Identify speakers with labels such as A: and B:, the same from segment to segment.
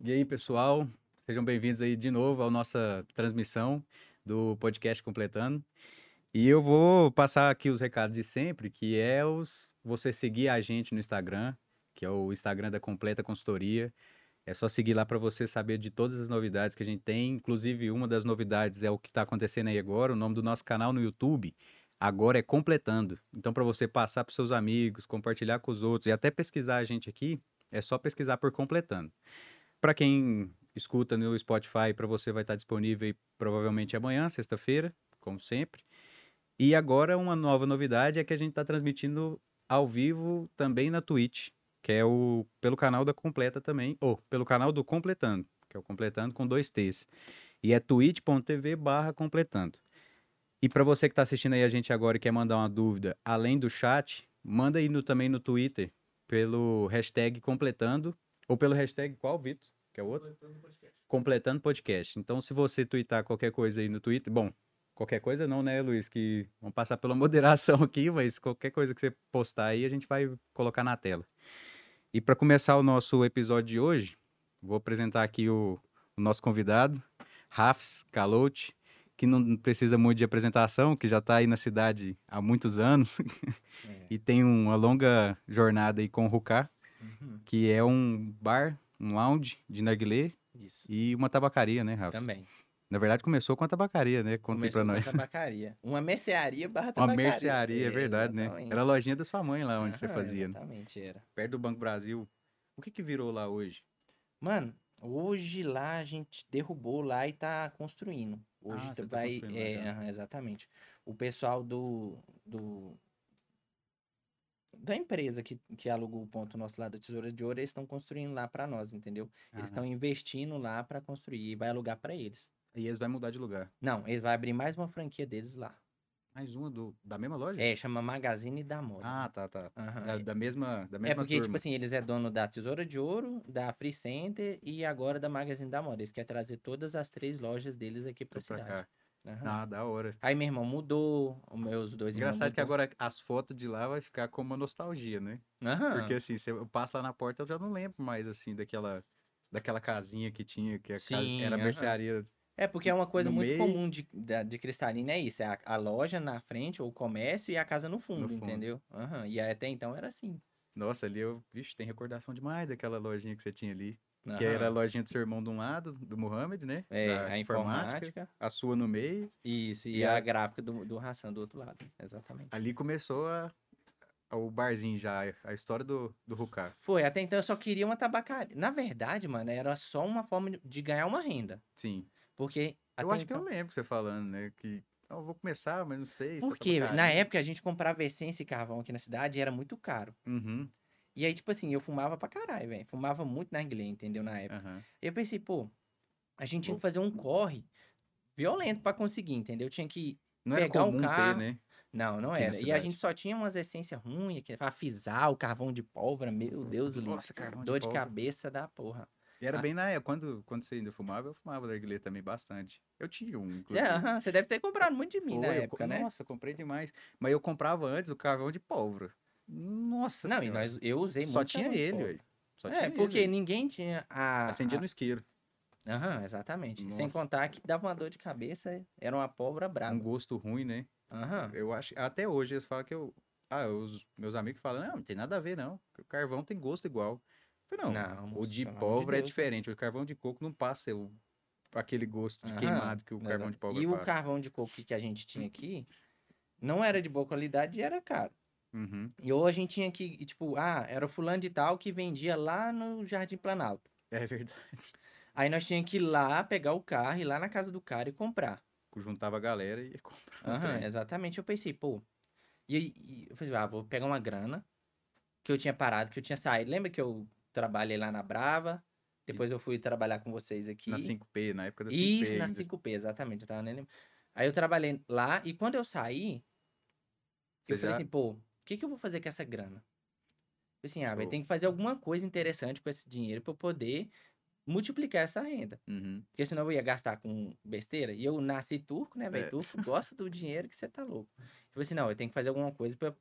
A: E aí, pessoal, sejam bem-vindos aí de novo à nossa transmissão do podcast Completando. E eu vou passar aqui os recados de sempre, que é os você seguir a gente no Instagram, que é o Instagram da Completa Consultoria. É só seguir lá para você saber de todas as novidades que a gente tem. Inclusive, uma das novidades é o que está acontecendo aí agora. O nome do nosso canal no YouTube agora é Completando. Então, para você passar para seus amigos, compartilhar com os outros e até pesquisar a gente aqui, é só pesquisar por Completando. Para quem escuta no Spotify, para você vai estar disponível aí, provavelmente amanhã, sexta-feira, como sempre. E agora, uma nova novidade é que a gente está transmitindo ao vivo também na Twitch que é o pelo canal da Completa também, ou pelo canal do Completando, que é o Completando com dois T's. E é twitch.tv barra completando. E para você que está assistindo aí a gente agora e quer mandar uma dúvida, além do chat, manda aí no, também no Twitter, pelo hashtag completando, ou pelo hashtag qual, Vitor? Que é o outro?
B: Completando o podcast.
A: Completando podcast. Então, se você twittar qualquer coisa aí no Twitter, bom, qualquer coisa não, né, Luiz? Que vamos passar pela moderação aqui, mas qualquer coisa que você postar aí, a gente vai colocar na tela. E para começar o nosso episódio de hoje, vou apresentar aqui o, o nosso convidado, Rafs Calote, que não precisa muito de apresentação, que já está aí na cidade há muitos anos
B: É.
A: e tem uma longa jornada aí com o Ruká,
B: Uhum.
A: que é um bar, um lounge de narguilé
B: Isso.
A: e uma tabacaria, né, Rafs?
B: Também.
A: Na verdade, começou com a tabacaria, né? Conta aí
B: Começou
A: pra
B: com
A: nós.
B: tabacaria. Uma mercearia barra
A: Uma
B: tabacaria.
A: mercearia, é verdade, né?
B: exatamente. Ah,
A: Era a lojinha da sua mãe lá onde você
B: Aham,
A: fazia, né?
B: Exatamente, era.
A: Perto do Banco Brasil. O que que virou lá hoje?
B: Mano, hoje lá a gente derrubou lá e tá construindo. Hoje
A: Ah, você tá
B: vai.
A: construindo lá
B: é,
A: já.
B: aham, exatamente. O pessoal do. do da empresa que, que alugou o ponto nosso lá da Tesoura de Ouro, eles estão construindo lá pra nós, entendeu? Eles
A: Ah,
B: estão investindo lá pra construir e vai alugar pra eles.
A: E eles vão mudar de lugar.
B: Não, eles vão abrir mais uma franquia deles lá.
A: Mais uma do, da mesma loja?
B: É, chama Magazine da Moda.
A: Ah, tá, tá.
B: Aham,
A: Da,
B: é.
A: da mesma, da
B: É
A: mesma
B: porque, tipo
A: turma.
B: assim, eles é dono da Tesoura de Ouro, da Free Center e agora da Magazine da Moda. Eles querem trazer todas as três lojas deles aqui pra
A: Tô pra
B: cidade.
A: cá.
B: Aham.
A: Ah, da hora.
B: Aí meu irmão mudou, os meus dois irmãos
A: Engraçado que
B: mudou.
A: agora as fotos de lá vai ficar com uma nostalgia, né?
B: Aham.
A: Porque assim, se eu passo lá na porta, eu já não lembro mais assim daquela daquela casinha que tinha, que a casa
B: Sim,
A: era
B: aham.
A: mercearia.
B: É porque é uma coisa
A: no
B: muito
A: meio-
B: comum de, da- de Cristalina, é isso. É a, a loja na frente, ou o comércio, e a casa no fundo,
A: fundo.
B: entendeu? Aham. E aí, até então era assim.
A: Nossa, ali eu, vixe, tem recordação demais daquela lojinha que você tinha ali. Que
B: Aham.
A: era a lojinha do seu irmão de um lado, do Mohamed, né?
B: É,
A: Da
B: a informática.
A: a sua no meio.
B: Isso, e,
A: E
B: a...
A: a-
B: gráfica do, do Hassan do outro lado. Exatamente.
A: Ali começou a- a- o barzinho já, a história do, do Ruká.
B: Foi, até então eu só queria uma tabacaria. Na verdade, mano, era só uma forma de- de ganhar uma renda.
A: Sim.
B: Porque.
A: Eu
B: até
A: acho que eu
B: então-
A: lembro você falando, né? Que "Ah, eu vou começar, mas não sei. se é
B: Porque então na
A: tabacaria".
B: época a gente comprava essência e carvão aqui na cidade e era muito caro.
A: Uhum,
B: E aí, tipo assim, eu fumava pra caralho, velho. Fumava muito na inglês, entendeu? Na época.
A: aham.
B: Eu pensei, pô, a gente tinha
A: Bom.
B: que fazer um corre violento pra conseguir, entendeu? Tinha que.
A: Não era
B: Pegar o
A: comum ter,
B: carro,
A: né?
B: Não, não
A: Aqui na
B: era. E a
A: cidade.
B: gente só tinha umas essências ruins, aquele afisal, carvão de pólvora, meu Deus, lindo.
A: Nossa, carvão
B: Dor de
A: pólvora.
B: cabeça da porra.
A: E Era
B: Ah.
A: bem na época. Quando, quando você ainda fumava, eu fumava narguilé também bastante. Eu tinha um,
B: É,
A: inclusive.
B: aham, você deve ter comprado muito de mim na
A: Foi, eu co-
B: época, né?
A: Nossa, comprei demais. Mas eu comprava antes o carvão de pólvora. Nossa
B: Não, e
A: Senhora.
B: nós, eu usei muito.
A: Só tinha
B: carvão de
A: ele,
B: pólvora.
A: ué. Só
B: é,
A: tinha ele,
B: porque
A: ué. Ah,
B: ninguém tinha a.
A: Acendia
B: a-
A: no isqueiro.
B: Aham, exatamente. Sem
A: Nossa.
B: contar que dava uma dor de cabeça, era uma pólvora
A: Um
B: brava.
A: gosto ruim, né?
B: Aham.
A: Eu acho. Até hoje eles falam que eu. Ah, os meus amigos falam, não, não tem nada a ver, não. que O carvão tem gosto igual. Eu falei, não,
B: Não,
A: o
B: moço,
A: de
B: pelo amor de
A: pólvora é
B: Deus, né?
A: diferente. O carvão de coco não passa o- aquele gosto de
B: Aham,
A: queimado que o carvão de
B: exato.
A: pólvora
B: E o
A: passa.
B: carvão de coco que a gente tinha aqui não era de boa qualidade e era caro.
A: Uhum.
B: E ou a gente tinha que, e tipo, ah, era o fulano de tal que vendia lá no Jardim Planalto.
A: É verdade.
B: Aí nós tinha que ir lá pegar o carro, ir lá na casa do cara e comprar.
A: Juntava a galera e ia comprar. um
B: Aham,
A: trem.
B: exatamente. Eu pensei, pô. E, aí- e eu falei, ah, vou pegar uma grana que eu tinha parado, que eu tinha saído. Lembra que eu trabalhei lá na Brava? Depois eu fui trabalhar com vocês é aqui.
A: Na 5P, na época da 5P.
B: Isso, na
A: ainda.
B: 5P, exatamente. Eu tava nem lembrando. Aí eu trabalhei lá e quando eu saí,
A: Você
B: eu falei
A: já-
B: assim, pô, o que, que eu vou fazer com essa grana? Falei assim, ah, vai
A: Show.
B: ter que fazer alguma coisa interessante com esse dinheiro pra eu poder multiplicar essa renda.
A: Uhum.
B: Porque senão eu ia gastar com besteira. E eu nasci turco, né, velho?
A: É.
B: Tipo Turco gosta do dinheiro que você tá louco. Eu falei assim, não, eu tenho que fazer alguma coisa pra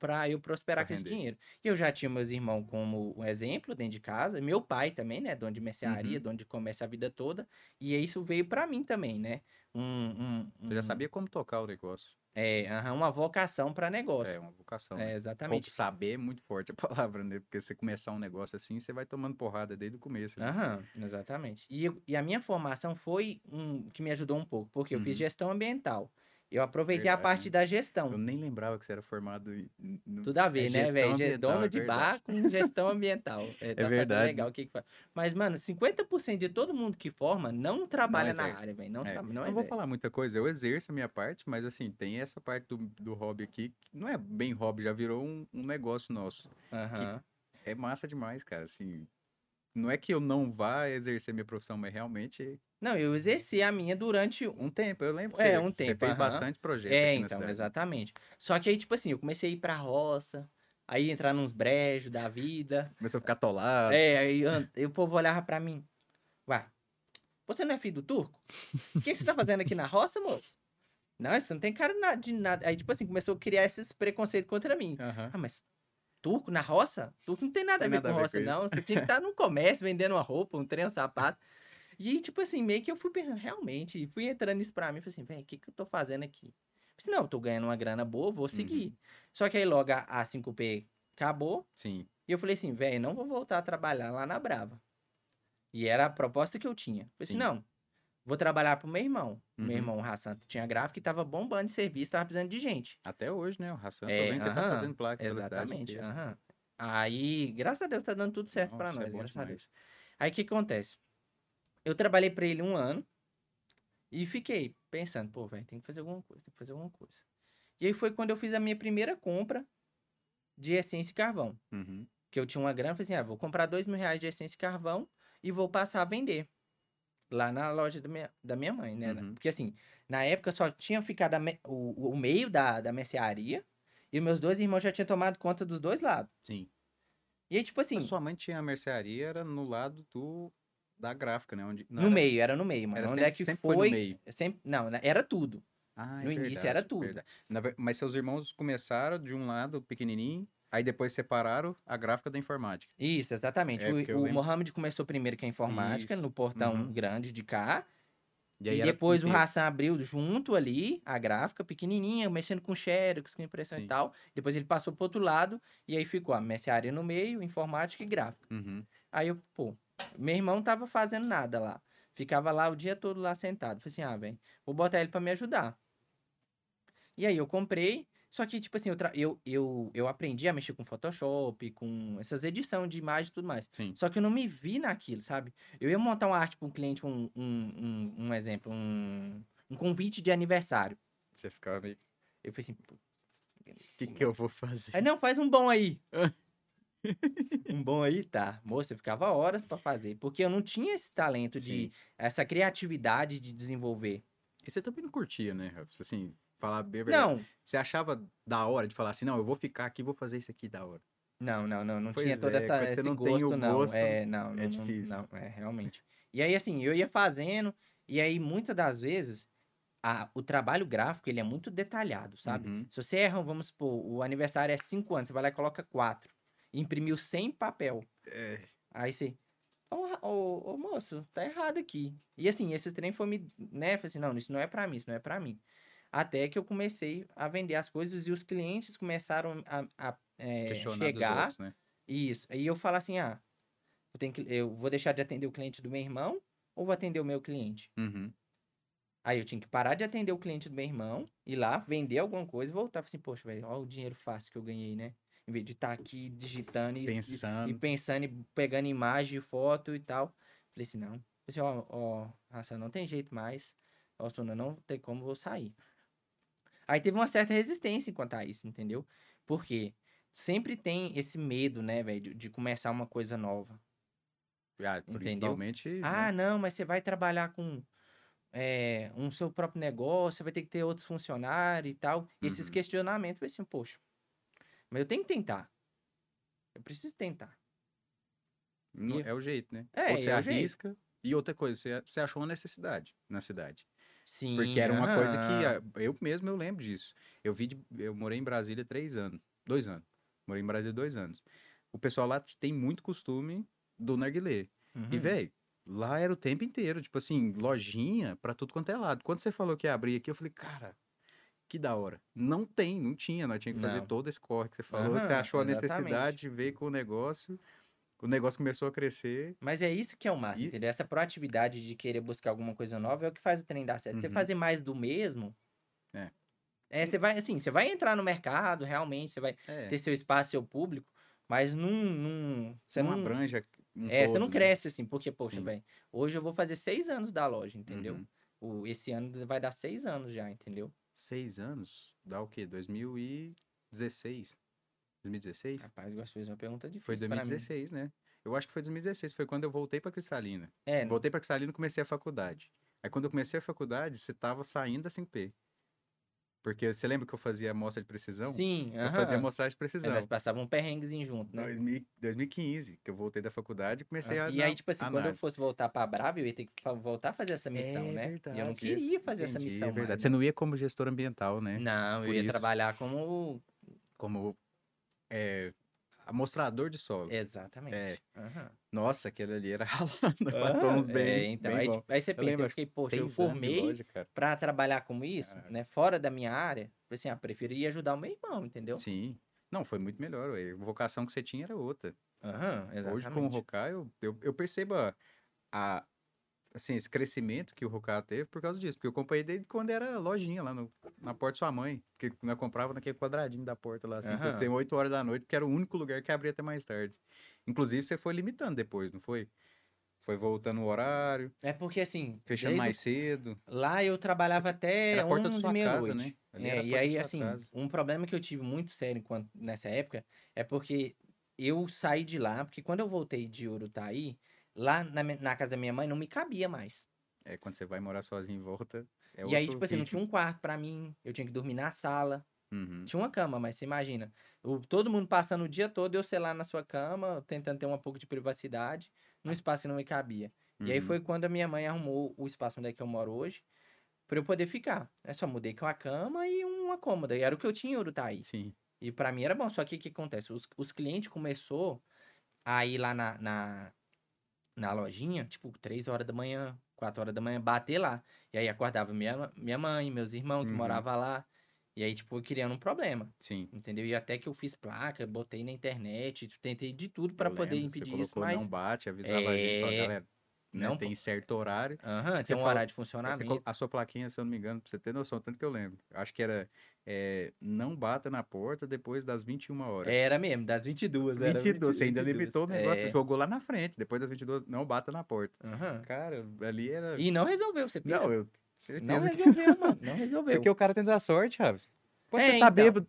B: pra eu prosperar
A: Pra
B: com esse
A: render.
B: dinheiro. E eu já tinha meus irmãos como um exemplo dentro de casa, meu pai também, né, dono de mercearia,
A: Uhum.
B: dono de comércio a vida toda, e isso veio pra mim também, né? Um, um,
A: Você já
B: um-
A: sabia como tocar o negócio.
B: É, aham, uma vocação pra negócio.
A: É uma vocação.
B: É,
A: né?
B: exatamente.
A: Como saber é muito forte a palavra, né? Porque você começar um negócio assim, você vai tomando porrada desde o começo. né?
B: Aham, exatamente. E, eu- e a minha formação foi um que me ajudou um pouco, porque eu fiz
A: Uhum.
B: gestão ambiental. Eu aproveitei a
A: Verdade,
B: parte
A: né?
B: da gestão.
A: Eu nem lembrava que você era formado em. no-
B: Tudo a ver,
A: É
B: né,
A: gestão
B: velho? Ge-
A: ambiental,
B: Dono
A: é
B: de
A: verdade.
B: bar com gestão ambiental. É, tá sabendo
A: verdade,
B: legal o que que faz. Mas, mano, 50% de todo mundo que forma não trabalha na
A: exerce.
B: área, velho. Não,
A: É,
B: tra- um não
A: Não vou
B: exerce.
A: falar muita coisa, eu exerço a minha parte, mas assim, tem essa parte do, do hobby aqui, que não é bem hobby, já virou um, um negócio nosso.
B: Aham.
A: É massa demais, cara, assim. Não é que eu não vá exercer minha profissão, mas realmente
B: Não, eu exerci a minha durante
A: um tempo, eu lembro. que
B: É,
A: você,
B: um
A: que Você
B: tempo,
A: fez
B: aham.
A: bastante projeto
B: É,
A: aqui na
B: então,
A: cidade.
B: exatamente. Só que aí, tipo assim, eu comecei a ir pra roça, aí entrar nos brejos da vida.
A: Começou a ficar atolado.
B: É, aí, an- aí o povo olhava pra mim. Ué, você não é filho do turco? O que, que você tá fazendo aqui na roça, moço? Não, isso não tem cara na- de nada. Aí, tipo assim, começou a criar esses preconceitos contra mim.
A: Aham.
B: Ah, mas turco na roça? Turco não tem nada
A: Tem
B: a ver
A: nada
B: com
A: a ver
B: roça,
A: com isso.
B: não. Você tinha que estar num comércio vendendo uma roupa, um trem, um sapato. E, tipo assim, meio que eu fui pensando, realmente, e fui entrando nisso pra mim, falei assim, velho, o que que eu tô fazendo aqui? Pensei, não, eu tô ganhando uma grana boa, vou seguir.
A: Uhum.
B: Só que aí logo a, a 5P acabou,
A: Sim.
B: e eu falei assim, velho, não vou voltar a trabalhar lá na Brava. E era a proposta que eu tinha. Falei assim,
A: Sim.
B: não, vou trabalhar pro meu irmão. Meu
A: Uhum.
B: irmão, o Rassanto, tinha gráfico e tava bombando de serviço, tava precisando de gente.
A: Até hoje, né? O Hassan,
B: É,
A: tô vendo que ele tá
B: aham,
A: fazendo placa pela cidade
B: Exatamente.
A: inteira.
B: aham. Aí, graças a Deus, tá dando tudo certo pra
A: Nossa,
B: nós.
A: é bom
B: graças a
A: demais.
B: Deus. Aí o que acontece? Eu trabalhei pra ele um ano e fiquei pensando, pô, velho, tem que fazer alguma coisa, tem que fazer alguma coisa. E aí foi quando eu fiz a minha primeira compra de essência e carvão.
A: Uhum.
B: Que eu tinha uma grana, falei assim, ah, vou comprar dois mil reais de essência e carvão e vou passar a vender. Lá na loja da minha, da minha mãe, né?
A: Uhum.
B: Porque assim, na época só tinha ficado a me- o, o meio da, da mercearia e meus dois irmãos já tinham tomado conta dos dois lados.
A: Sim.
B: E aí, tipo assim,
A: A sua mãe tinha a mercearia, era no lado do... da gráfica, né? Onde... não
B: no
A: era-
B: meio, era no meio, mano.
A: Era
B: Onde
A: sempre,
B: é que
A: sempre
B: foi?
A: foi no meio.
B: Sempre, não, na- era tudo.
A: Ah, é
B: No início era tudo.
A: Na ver- mas seus irmãos começaram de um lado pequenininho, aí depois separaram a gráfica da informática.
B: Isso, exatamente.
A: É, porque eu
B: o o
A: lembro-
B: Mohamed começou primeiro com a informática,
A: Isso.
B: no portão
A: Uhum.
B: grande de cá.
A: E,
B: e
A: aí era
B: depois um o
A: inteiro.
B: Hassan abriu junto ali, a gráfica, pequenininha, mexendo com xerox, com impressão e
A: Sim.
B: tal. Depois ele passou pro outro lado, e aí ficou a mercearia no meio, informática e gráfica.
A: Uhum.
B: Aí eu, pô, meu irmão tava fazendo nada lá. Ficava lá o dia todo lá sentado. Falei assim, ah, velho, vou botar ele pra me ajudar. E aí eu comprei, só que, tipo assim, eu, tra- eu, eu, eu aprendi a mexer com Photoshop, com essas edições de imagem e tudo mais.
A: Sim.
B: Só que eu não me vi naquilo, sabe? Eu ia montar uma arte para um cliente, um, um, um, um exemplo, um, um convite de aniversário.
A: Você ficava meio,
B: Eu falei assim, "Pô,
A: o que que eu vou fazer?
B: aí, não, faz um bom aí. um bom aí, tá. Moça, eu ficava horas para fazer, porque eu não tinha esse talento de,
A: Sim.
B: essa criatividade de desenvolver.
A: E você também não curtia, né? Rafa? Assim, falar bem a verdade.
B: Não,
A: Você achava da hora de falar assim, não, eu vou ficar aqui, vou fazer isso aqui da hora.
B: Não, não, não, não
A: Pois
B: tinha todo
A: é,
B: essa,
A: quando você
B: esse
A: não tem
B: gosto,
A: o
B: não.
A: gosto,
B: é, não, não,
A: difícil.
B: Não, é, realmente. E aí, assim, eu ia fazendo, e aí, muitas das vezes, a- o trabalho gráfico, ele é muito detalhado, sabe?
A: Uhum.
B: Se você erra, vamos supor, o aniversário é 5 anos, você vai lá e coloca 4. Imprimiu 100 em papel.
A: É,
B: Aí você, ô, ra- ô, ô, moço, tá errado aqui. E assim, esse trem foi me, né, falei assim, não, isso não é pra mim, isso não é pra mim. Até que eu comecei a vender as coisas e os clientes começaram a, a é,
A: questionar dos
B: chegar
A: outros, né?
B: isso. Aí eu falo assim, ah, eu, tenho que, eu vou deixar de atender o cliente do meu irmão ou vou atender o meu cliente?
A: Uhum.
B: Aí eu tinha que parar de atender o cliente do meu irmão, ir lá, vender alguma coisa e voltar. Falei assim, poxa, velho, olha o dinheiro fácil que eu ganhei, né? Em vez de estar aqui digitando e, e-
A: Pensando.
B: e pensando e pegando imagem, foto e tal. Falei assim, não. Falei assim, ó, ó, Hassan, não tem jeito mais. Ó, Suna, não tem como vou sair. Aí teve uma certa resistência quanto a isso, entendeu? Porque sempre tem esse medo, né, velho, de- de começar uma coisa nova.
A: Ah, principalmente. né?
B: Ah, não, mas você vai trabalhar com é, um seu próprio negócio, você vai ter que ter outros funcionários e tal. E esses
A: Uhum.
B: questionamentos, eu falei assim, poxa, mas eu tenho que tentar. Eu preciso tentar.
A: Não-
B: E-
A: É o jeito, né?
B: É,
A: Ou você
B: é o jeito.
A: arrisca. E outra coisa, você, você achou uma necessidade na cidade.
B: Sim.
A: Porque era uma coisa que
B: aham.
A: ah, eu mesmo eu lembro disso. Eu vi de- eu morei em Brasília três anos. dois anos. Morei no Brasil dois anos. O pessoal lá tem muito costume do narguilé. E,
B: Uhum.
A: velho, lá era o tempo inteiro, tipo assim, lojinha pra tudo quanto é lado. Quando você falou que ia abrir aqui, eu falei, cara, que da hora. Não tem, não tinha, nós tínhamos que fazer
B: Não.
A: todo esse corre que você falou.
B: Aham,
A: você achou a
B: exatamente.
A: necessidade, veio com o negócio, o negócio começou a crescer.
B: Mas é isso que é o massa,
A: E-
B: entendeu? Essa proatividade de querer buscar alguma coisa nova é o que faz o trem dar certo. Você
A: Uhum.
B: fazer mais do mesmo.
A: É.
B: É, você vai, assim, você vai entrar no mercado, realmente, você vai
A: É,
B: ter seu espaço, seu público, mas não. não você
A: não,
B: não,
A: abranja. um
B: É, você
A: todo,
B: não
A: né?
B: cresce, assim, porque, poxa,
A: Sim.
B: velho, hoje eu vou fazer seis anos da loja, entendeu?
A: Uhum.
B: O, esse ano vai dar seis anos já, entendeu?
A: Seis anos? Dá o quê? 2016? 2016?
B: Rapaz, gosto fez uma pergunta difícil.
A: Foi
B: pra Ah, mim.
A: 2016, né? Eu acho que foi 2016, foi quando eu voltei pra Cristalina.
B: É,
A: Voltei pra Cristalina e comecei a faculdade. Aí quando eu comecei a faculdade, você tava saindo da 5P. Porque você lembra que eu fazia amostra de precisão?
B: sim,
A: Eu fazia
B: aham.
A: amostragem de
B: Aí
A: precisão.
B: Nós passavam um perrenguezinho junto, né?
A: 2000 2015, que eu voltei da faculdade e comecei a.
B: Ah, E
A: dar
B: aí, tipo assim, quando eu
A: análise.
B: fosse voltar pra Brava, eu ia ter que fa- voltar a fazer essa missão,
A: É
B: né? e eu não
A: verdade,
B: queria
A: esse-
B: fazer essa
A: entendi,
B: missão.
A: É verdade.
B: mais,
A: Você
B: né?
A: não ia como gestor ambiental, né?
B: Não, eu
A: Por
B: ia
A: isso.
B: trabalhar como.
A: Como é, amostrador de solo.
B: Exatamente.
A: É.
B: Aham.
A: Nossa, aquele ali era ralando. Passou
B: Ah,
A: uns bem.
B: é, então,
A: bem
B: aí,
A: bom.
B: tipo, aí você pensa,
A: lembro,
B: eu fiquei, poxa, eu
A: Seis anos de
B: formei
A: loja, cara.
B: pra trabalhar como isso,
A: Caraca.
B: né? Fora da minha área. Falei assim, ah, prefiro ir ajudar o meu irmão, entendeu?
A: Sim. Não, foi muito melhor. ué. A vocação que você tinha era outra.
B: Aham, exatamente.
A: Hoje, com o Roká, eu, eu, eu percebo a, a- assim, esse crescimento que o Roká teve por causa disso. Porque eu acompanhei desde quando era lojinha lá no- na porta de sua mãe. Que nós comprava naquele quadradinho da porta lá, assim. que
B: Aham.
A: Tem 8 horas da noite, que era o único lugar que abria até mais tarde. Inclusive, você foi limitando depois, não foi? Foi voltando o horário,
B: É porque assim,
A: fechando
B: desde
A: mais cedo.
B: o- lá eu trabalhava até
A: Era a porta da
B: 11
A: sua
B: e meia
A: casa,
B: noite.
A: né? Ali era
B: É,
A: a
B: e
A: porta da
B: aí,
A: sua
B: assim,
A: casa.
B: um problema que eu tive muito sério enquanto, nessa época é porque eu saí de lá, porque quando eu voltei de Urutaí, lá na, mi- na casa da minha mãe não me cabia mais.
A: É, quando você vai morar sozinho em volta. É
B: e aí,
A: outro
B: tipo assim, não
A: ritmo.
B: tinha um quarto pra mim, eu tinha que dormir na sala.
A: Uhum.
B: Tinha uma cama, mas você imagina, o- todo mundo passando o dia todo, eu sei lá na sua cama, tentando ter um pouco de privacidade, num espaço que não me cabia. E aí
A: Uhum.
B: foi quando a minha mãe arrumou o espaço onde é que eu moro hoje pra eu poder ficar. Eu só mudei com a cama e uma cômoda. E era o que eu tinha em Urutaí.
A: uhum. Sim.
B: E pra mim era bom. Só que o que acontece? Os, os clientes começou a ir lá na, na, na lojinha, tipo, 3 horas da manhã, 4 horas da manhã, bater lá. E aí acordava minha, ma- minha mãe, meus irmãos que
A: Uhum.
B: moravam lá. E aí, tipo, eu criando um problema,
A: Sim.
B: entendeu? E até que eu fiz placa, botei na internet, tentei de tudo pra
A: Eu
B: poder
A: lembro,
B: impedir
A: você
B: isso,
A: colocou
B: mas...
A: não bate, avisava a gente, falava,
B: É,
A: galera, né,
B: não
A: tem
B: po-
A: certo horário.
B: Aham,
A: Você
B: tem um
A: falou-
B: horário de
A: Aí você
B: funcionamento.
A: colo- a sua plaquinha, se eu não me engano, pra você ter noção, tanto que eu lembro. Acho que era é, não bata na porta depois das 21 horas.
B: Era mesmo, das 22.
A: 22,
B: era
A: você ainda
B: 22,
A: limitou o negócio,
B: é.
A: jogou lá na frente, depois das 22, não bata na porta.
B: Aham.
A: Cara, ali era...
B: E não resolveu, você pira?
A: Não, eu
B: Não
A: certeza que...
B: resolveu, mano. Não resolveu.
A: Porque o cara tem da sorte, Rafa. Pô,
B: É,
A: você tá
B: então.
A: bêbado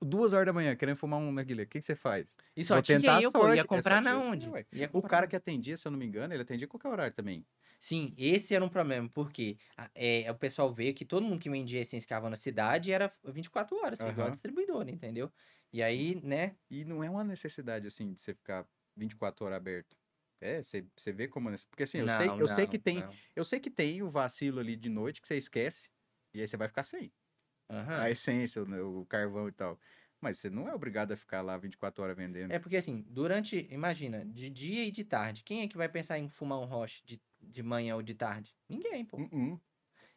A: duas horas da manhã, querendo fumar um narguilé, o que, que você faz?
B: E só
A: Vou
B: tinha
A: tentar a
B: eu, pô,
A: sorte.
B: ia
A: É,
B: comprar
A: só
B: na
A: tinha isso,
B: onde?
A: ué.
B: Ia
A: O
B: comprar
A: cara
B: na-
A: que atendia, se eu não me engano, ele atendia a qualquer horário também.
B: Sim, esse era um problema, porque a- é, o pessoal veio que todo mundo que vendia essência cava na cidade era 24 horas, foi igual a
A: Aham.
B: distribuidora, entendeu? E aí, né?
A: E não é uma necessidade, assim, de você ficar 24 horas aberto. É, você você vê como... é nesse- Porque, assim, eu, sei,
B: Não,
A: eu sei
B: não,
A: que tem,
B: não.
A: eu sei que tem o vacilo ali de noite que você esquece, e aí você vai ficar sem.
B: Aham.
A: A essência, o, né, o carvão e tal. Mas você não é obrigado a ficar lá 24 horas vendendo.
B: É porque assim, durante, imagina, de dia e de tarde, quem é que vai pensar em fumar um roche de, de manhã ou de tarde? Ninguém, pô.
A: Uh-uh.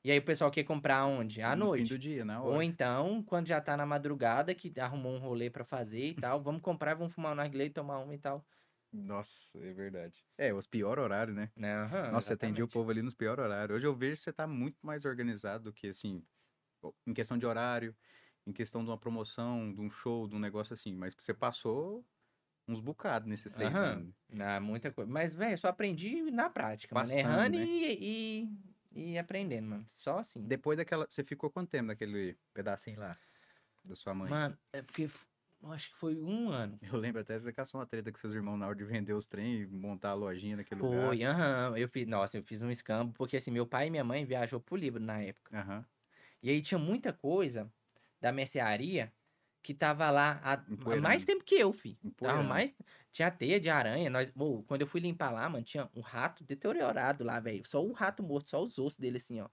B: E aí o pessoal quer comprar onde? À
A: No
B: noite.
A: fim do dia, na
B: Ou
A: hora.
B: então, quando já tá na madrugada, que arrumou um rolê pra fazer e tal, vamos comprar, vamos fumar um narguilé e tomar uma e tal.
A: Nossa, é verdade. É, os piores horários, né?
B: Né? Aham,
A: Nossa, um você atendia o
B: exatamente.
A: povo ali nos piores horários. Hoje eu vejo que você tá muito mais organizado do que, assim, o- em questão de horário, em questão de uma promoção, de um show, de um negócio assim. Mas você passou uns bocados nesses seis
B: Aham.
A: anos.
B: Ah, muita coisa. Mas, velho, eu só aprendi na prática, mano.
A: Passando,
B: Errando
A: né?
B: e, e, e aprendendo, mano. Só assim.
A: Depois daquela... Você ficou quanto tempo naquele pedacinho lá da sua mãe?
B: Mano, é porque f- eu acho que foi um ano.
A: Eu lembro até você caçou uma treta com seus irmãos na hora de vender os trem e montar a lojinha naquele lugar.
B: Foi, aham. Eu fiz, nossa, eu fiz um escambo, porque assim, meu pai e minha mãe viajou pro Líbano na época.
A: Aham.
B: E aí tinha muita coisa da mercearia que tava lá há, há
A: Empoeirando.
B: mais tempo que eu, fi. Tava
A: Empoeirando.
B: mais. Tinha teia de aranha. Nós... Bom, quando eu fui limpar lá, mano, tinha um rato deteriorado lá, velho. Só o rato morto, só os ossos dele, assim, ó.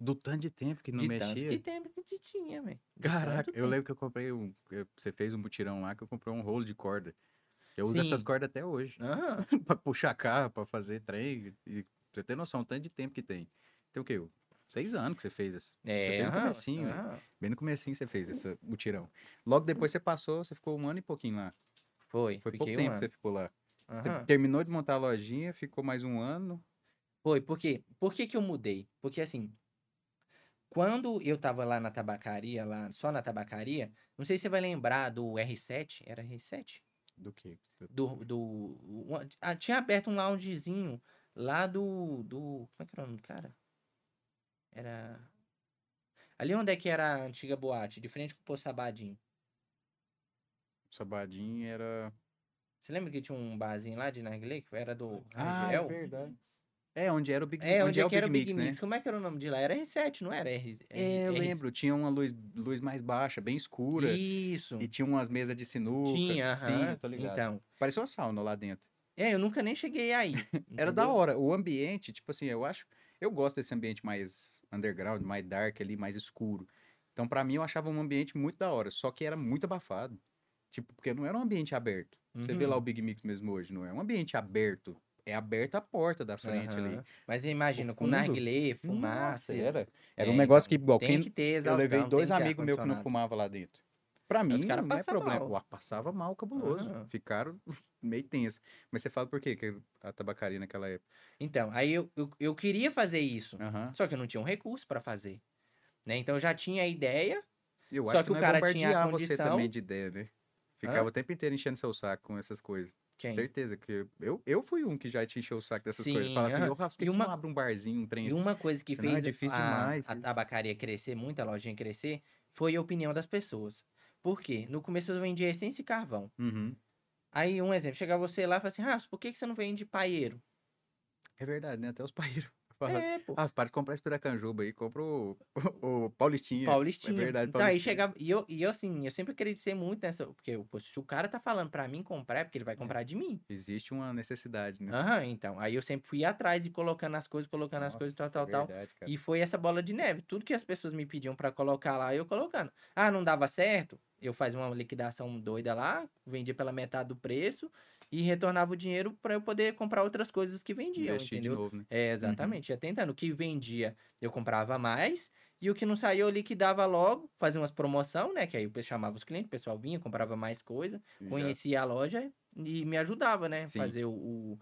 A: Do tanto de tempo que não
B: de tanto
A: mexia.
B: que tempo que te tinha, velho. De
A: Caraca,
B: tanto
A: eu
B: tempo.
A: lembro que eu comprei um. eu- Você fez um mutirão lá que eu comprei um rolo de corda. Eu uso
B: Sim.
A: essas cordas até hoje.
B: Aham.
A: pra puxar carro, pra fazer trem. E pra você ter noção, o tanto de tempo que tem. Tem o quê? Seis anos que você fez isso.
B: É,
A: fez no
B: aham,
A: comecinho, né?
B: aham.
A: Bem no comecinho você fez esse mutirão. Logo depois você passou, você ficou um ano e pouquinho lá.
B: Foi,
A: Foi pouco
B: fiquei um
A: tempo
B: ano.
A: que você ficou lá. Você
B: Aham.
A: terminou de montar a lojinha, ficou mais um ano.
B: Foi, por quê? Por que que eu mudei? Porque assim, quando eu tava lá na tabacaria, lá só na tabacaria, não sei se você vai lembrar do R7, era R7?
A: Do quê?
B: Do, do, o- o- ah, tinha aberto um loungezinho lá do, do, como é que era o nome do cara? Era, ali onde é que era a antiga boate, de frente com o Poço Sabadinho.
A: Sabadinho era.
B: Você lembra que tinha um barzinho lá de narguilé, que era do
A: é
B: Rangel?
A: verdade. É, onde era o Big,
B: Ah, É, onde,
A: onde é
B: é
A: o
B: que era
A: Big
B: o Big
A: Mix, né?
B: Mix? Como é que era o nome de lá? Era R7, não era R...
A: É, eu
B: R-
A: lembro. Tinha uma luz, luz mais baixa, bem escura. E,
B: Isso.
A: tinha umas mesas de sinuca.
B: Tinha,
A: Sim,
B: aham.
A: eu tô ligado.
B: Então,
A: Parecia uma sauna lá dentro.
B: é, eu nunca nem cheguei aí.
A: Era da
B: entendeu?
A: hora. O ambiente, tipo assim, eu acho... Eu gosto desse ambiente mais underground, mais dark ali, mais escuro. Então, pra mim, eu achava um ambiente muito da hora. Só que era muito abafado. Tipo, porque não era um ambiente aberto. Você vê
B: Uhum.
A: lá o Big Mix mesmo hoje, não é um ambiente aberto. É aberta a porta da frente ali.
B: Aham. Mas eu imagino,
A: O
B: com
A: fundo?
B: narguilé,
A: Nossa,
B: fumaça.
A: era. Era
B: É,
A: um negócio que, igual,
B: Tem
A: quem,
B: que ter
A: Eu
B: exaustão.
A: levei dois
B: tem que ter
A: amigos meus que não
B: ar-condicionado.
A: fumavam lá dentro. Pra mim,
B: os caras
A: não é
B: passam
A: problema.
B: mal.
A: Ué, passava mal, cabuloso.
B: Aham.
A: Ficaram meio tenso. Mas você fala por quê que a tabacaria naquela época?
B: Então, aí eu, eu, eu queria fazer isso.
A: Aham.
B: Só que eu não tinha um recurso pra fazer. Né? Então eu já tinha a ideia.
A: Eu
B: Só
A: acho
B: que o
A: nós
B: cara
A: bombardeava
B: tinha a
A: você
B: condição-
A: também de ideia, né? Ficava o tempo inteiro enchendo seu saco com essas coisas.
B: Quem?
A: Certeza que eu, eu fui um que já te encheu o saco dessas
B: Sim,
A: coisas. Fala assim,
B: aham.
A: ô Rafa, por que
B: E
A: que você
B: uma-
A: não abre um barzinho, um trem
B: E
A: assim?"
B: uma coisa que
A: Senão é
B: fez
A: difícil
B: a,
A: demais,
B: a
A: né?
B: tabacaria crescer muito, a lojinha crescer, foi a opinião das pessoas. Por quê? No começo eu vendia essência e carvão.
A: Uhum.
B: Aí, um exemplo, chega você lá e fala assim, Rafa, por que, que você não vende paieiro?
A: É verdade, né? Até os paíros.
B: É, pô.
A: Ah, para de comprar esse piracanjuba aí, compra o, o, o Paulistinha.
B: Paulistinha.
A: É verdade,
B: então, aí
A: Paulistinha.
B: chegava. E eu, e eu, assim, eu sempre acreditei muito nessa. Porque eu, pô, se o cara tá falando pra mim comprar, é porque ele vai comprar de mim.
A: Existe uma necessidade, né?
B: Aham, então. Aí eu sempre fui atrás e colocando as coisas, colocando as coisas,
A: é
B: tal, tal, tal. E foi essa bola de neve. Tudo que as pessoas me pediam pra colocar lá, eu colocando. Ah, não dava certo? Eu fazia uma liquidação doida lá, vendia pela metade do preço e retornava o dinheiro pra eu poder comprar outras coisas que vendiam,
A: Investir
B: entendeu?
A: de novo, né?
B: É, exatamente. Já tentando. O que vendia, eu comprava mais. E o que não saiu, eu liquidava logo. Fazia umas promoção, né? Que aí eu pe- chamava os clientes, o pessoal vinha, comprava mais coisa. Conhecia a loja e me ajudava, né?
A: Sim.
B: Fazer o... o,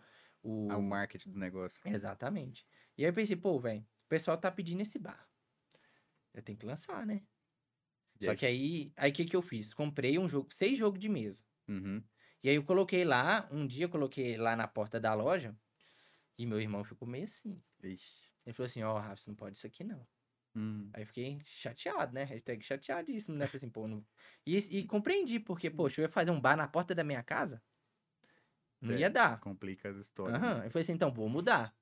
B: o-
A: Já, ah, o marketing do negócio.
B: Exatamente. E aí eu pensei, pô, velho, o pessoal tá pedindo esse bar. Eu tenho que lançar, né?
A: E
B: Só
A: aí?
B: que aí... Aí o que que eu fiz? Comprei um jogo... Seis jogos de mesa.
A: Uhum.
B: E aí eu coloquei lá, um dia eu coloquei lá na porta da loja, e meu irmão ficou meio assim.
A: Ixi.
B: Ele falou assim, ó, Rafa, você não pode isso aqui não.
A: Hum.
B: Aí eu fiquei chateado, né? Hashtag chateadíssimo, né? Falei assim, pô, não... E, e compreendi, porque, poxa, eu ia fazer um bar na porta da minha casa? Não
A: É,
B: ia dar.
A: Complica as histórias.
B: Aham.
A: né?
B: Eu falei assim, então, vou mudar.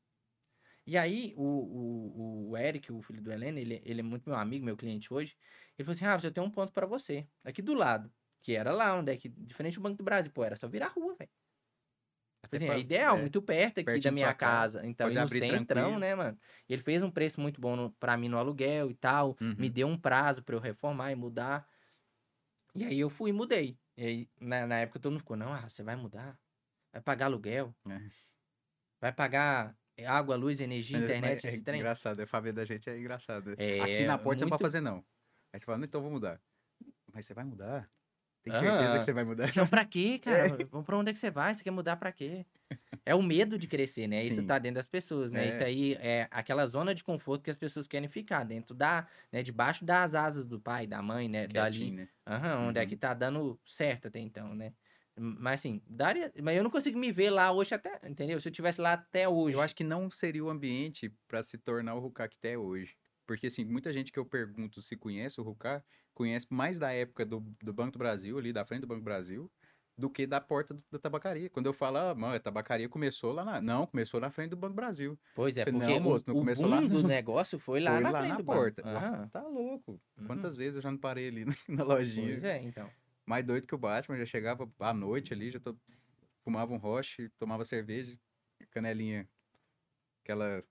B: E aí, o, o, o Eric, o filho do Helena, ele, ele é muito meu amigo, meu cliente hoje. Ele falou assim, Rafa, eu tenho um ponto pra você. Aqui do lado. Que era lá, onde é que... Diferente do Banco do Brasil. Pô, era só virar a rua, velho. Tipo
A: Até
B: assim,
A: pra-
B: é ideal,
A: é.
B: muito perto aqui
A: Pertinho
B: da
A: da
B: minha
A: sua casa.
B: casa. Então,
A: Pode
B: e no
A: abrir
B: centrão,
A: tranquilo.
B: né, mano? Ele fez um preço muito bom no, pra mim no aluguel e tal.
A: Uhum.
B: Me deu um prazo pra eu reformar e mudar. E aí eu fui e mudei. E aí, na, na época, todo mundo ficou, não, ah, você vai mudar? Vai pagar aluguel?
A: É.
B: Vai pagar água, luz, energia,
A: Mas-
B: internet,
A: mas é
B: esse trem?
A: engraçado. A família da gente é engraçada.
B: É,
A: Aqui na porta você não
B: muito-
A: pode fazer, não. Aí você fala, "Não, então eu vou mudar. Mas você vai mudar? Tem
B: Aham.
A: certeza que você vai mudar?
B: Então, pra quê, cara? Vamos pra onde é que você vai? Você quer mudar pra quê? É o medo de crescer, né? Isso
A: Sim.
B: tá dentro das pessoas, né?
A: É.
B: Isso aí é aquela zona de conforto que as pessoas querem ficar, dentro da, né? Debaixo das asas do pai, da mãe, né? Dali.
A: Quietinho, né?
B: Aham, onde é
A: Uhum.
B: que tá dando certo até então, né? M- Mas assim, daria. Mas eu não consigo me ver lá hoje até. Entendeu? Se eu tivesse lá até hoje.
A: Eu acho que não seria o ambiente pra se tornar o Ruká que até é hoje. Porque, assim, muita gente que eu pergunto se conhece o Ruká, conhece mais da época do, do Banco do Brasil, ali da frente do Banco do Brasil, do que da porta do- da tabacaria. Quando eu falo, ah, mano, a tabacaria começou lá na... Não, começou na frente do Banco do Brasil.
B: Pois é,
A: Não,
B: porque o-
A: moço, não
B: o,
A: começou
B: boom
A: lá,
B: do
A: não.
B: negócio foi lá
A: Foi
B: na
A: lá
B: frente
A: na
B: do banco.
A: porta.
B: Aham.
A: Tá louco.
B: Uhum.
A: Quantas vezes eu já não parei ali na, na lojinha.
B: Pois é, então.
A: Mais doido que o Batman, já chegava à noite ali, já to- fumava um roche, tomava cerveja, canelinha. Aquela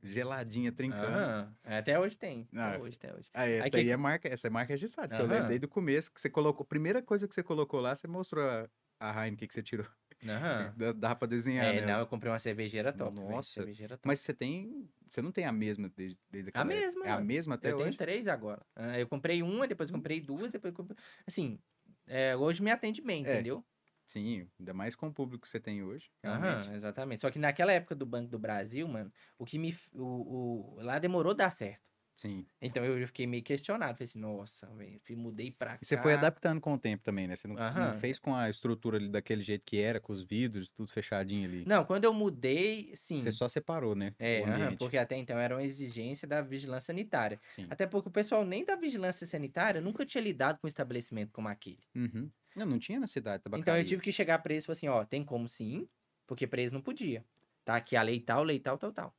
A: geladinha, trincando.
B: Aham. É, Até hoje tem. Até
A: Ah,
B: hoje, até hoje.
A: Aí, essa
B: Aí que-
A: aí é marca, essa é marca registrada, que eu
B: Aham.
A: lembro desde o começo que você colocou. A primeira coisa que você colocou lá, você mostrou a, a Heineken que você tirou.
B: Aham.
A: Dá, dá pra desenhar,
B: É,
A: né?
B: não, eu comprei uma cervejeira top. velho,
A: Nossa.
B: cervejeira top.
A: Mas você tem. Você não tem a mesma desde, desde aquela época?
B: mesma,
A: É a
B: mano.
A: mesma até
B: eu tenho
A: hoje?
B: três agora. Ah, Eu comprei uma, depois comprei duas, depois comprei. Assim, é, hoje me atende bem,
A: É,
B: entendeu?
A: Sim, ainda mais com o público que você tem hoje.
B: Aham,
A: Realmente.
B: exatamente. Só que naquela época do Banco do Brasil, mano, o que me. f- O, o- lá demorou dar certo.
A: Sim.
B: Então eu fiquei meio questionado. Falei assim, nossa, velho, fui- mudei pra cá.
A: E você foi adaptando com o tempo também, né? Você não, não
B: Aham.
A: fez com a estrutura ali daquele jeito que era, com os vidros, tudo fechadinho ali.
B: Não, quando eu mudei, sim.
A: Você só separou, né?
B: É,
A: o
B: aham,
A: ambiente.
B: porque até então era uma exigência da vigilância sanitária.
A: Sim.
B: Até porque o pessoal nem da vigilância sanitária nunca tinha lidado com um estabelecimento como aquele.
A: Uhum. Não, não tinha na cidade tabacaria.
B: Então eu tive que chegar preso e falar assim, ó, tem como sim, porque preso não podia. Tá aqui a lei tal, lei tal, tal, tal.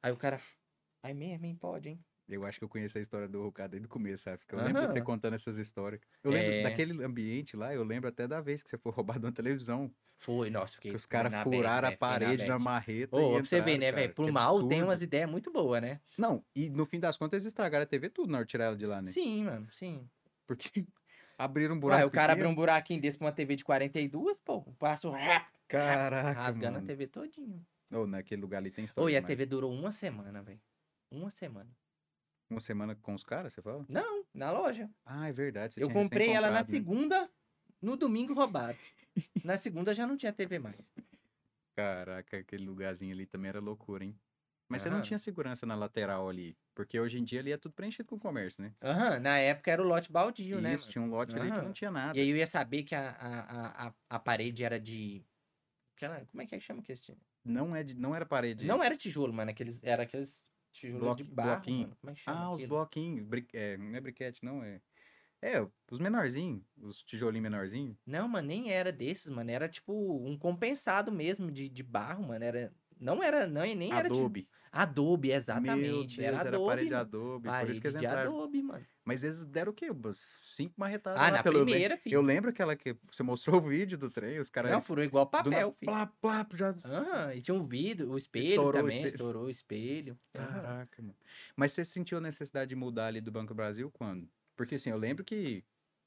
B: Aí o cara, aí mesmo, hein, pode, hein?
A: Eu acho que eu conheço a história do Rucá desde o começo, sabe? Porque eu lembro de você
B: Aham.
A: contando essas histórias. Eu lembro
B: É.
A: daquele ambiente lá, eu lembro até da vez que você foi roubado uma televisão.
B: Foi, nossa, fiquei
A: Hum, Que os
B: foi
A: caras
B: na bad,
A: furaram
B: né?
A: a
B: Foi
A: parede
B: na
A: da
B: bad.
A: marreta.
B: Ô,
A: e
B: pra você ver,
A: entraram,
B: né,
A: cara,
B: velho? Por
A: que
B: mal tem
A: absurdo.
B: umas ideias muito boas, né?
A: Não, e no fim das contas eles estragaram a TV tudo na hora de tirar ela de lá, né?
B: Sim, mano, sim.
A: Porque abriram um buraco.
B: Aí o cara abriu
A: pequeno.
B: um buraquinho desse pra uma TV de 42, pô. Passo rap,
A: Caraca.
B: rasgando
A: mano.
B: a TV todinho.
A: Ou naquele lugar ali tem história.
B: Ô, e a
A: demais.
B: TV durou uma semana, velho. Uma semana.
A: Uma semana com os caras, você fala?
B: Não, na loja.
A: Ah, é verdade. Você
B: eu
A: tinha
B: comprei ela na
A: recém-comprado, né?
B: segunda, no domingo roubaram. na segunda já não tinha TV mais.
A: Caraca, aquele lugarzinho ali também era loucura, hein? Mas você
B: Aham.
A: não tinha segurança na lateral ali. Porque hoje em dia ali é tudo preenchido com comércio, né?
B: Aham, na época era o lote baldio, né?
A: Isso, tinha um lote ali que
B: Aham.
A: não tinha
B: mano?
A: nada.
B: E aí eu ia saber que a, a, a, a- a parede era de. aquela- como é que chama que esse
A: Não, é de- não era parede.
B: Não era tijolo, mano. Aqueles, era aqueles tijolos
A: Bloqui-
B: de barro.
A: bloquinho.
B: mano. Como é que chama
A: Ah, os
B: aquilo?
A: bloquinhos. bri- é, não é briquete, não. É, é os menorzinhos. Os tijolinhos menorzinhos.
B: Não, mano, nem era desses, mano. Era tipo um compensado mesmo de, de barro, mano. Era. Não era, não, e nem era. ti-
A: Adobe.
B: Adobe, exatamente.
A: Meu Deus,
B: era Adobe.
A: parede
B: mano.
A: Adobe, por
B: Parede
A: isso que eles
B: de
A: entraram.
B: Adobe, mano.
A: Mas eles deram o quê? Umas cinco marretadas.
B: Ah,
A: lá,
B: na
A: pelo menos.
B: primeira, filho.
A: Eu lembro aquela que você mostrou o vídeo do trem, os caras...
B: Não, furou igual
A: do
B: papel,
A: na-
B: filho.
A: Plá, plá, já...
B: Aham, e tinha um vidro, o espelho
A: Estourou o
B: também,
A: espelho.
B: estourou o espelho. Aham.
A: Caraca, mano. Mas você sentiu a necessidade de mudar ali do Banco do Brasil quando? Porque assim, eu lembro que,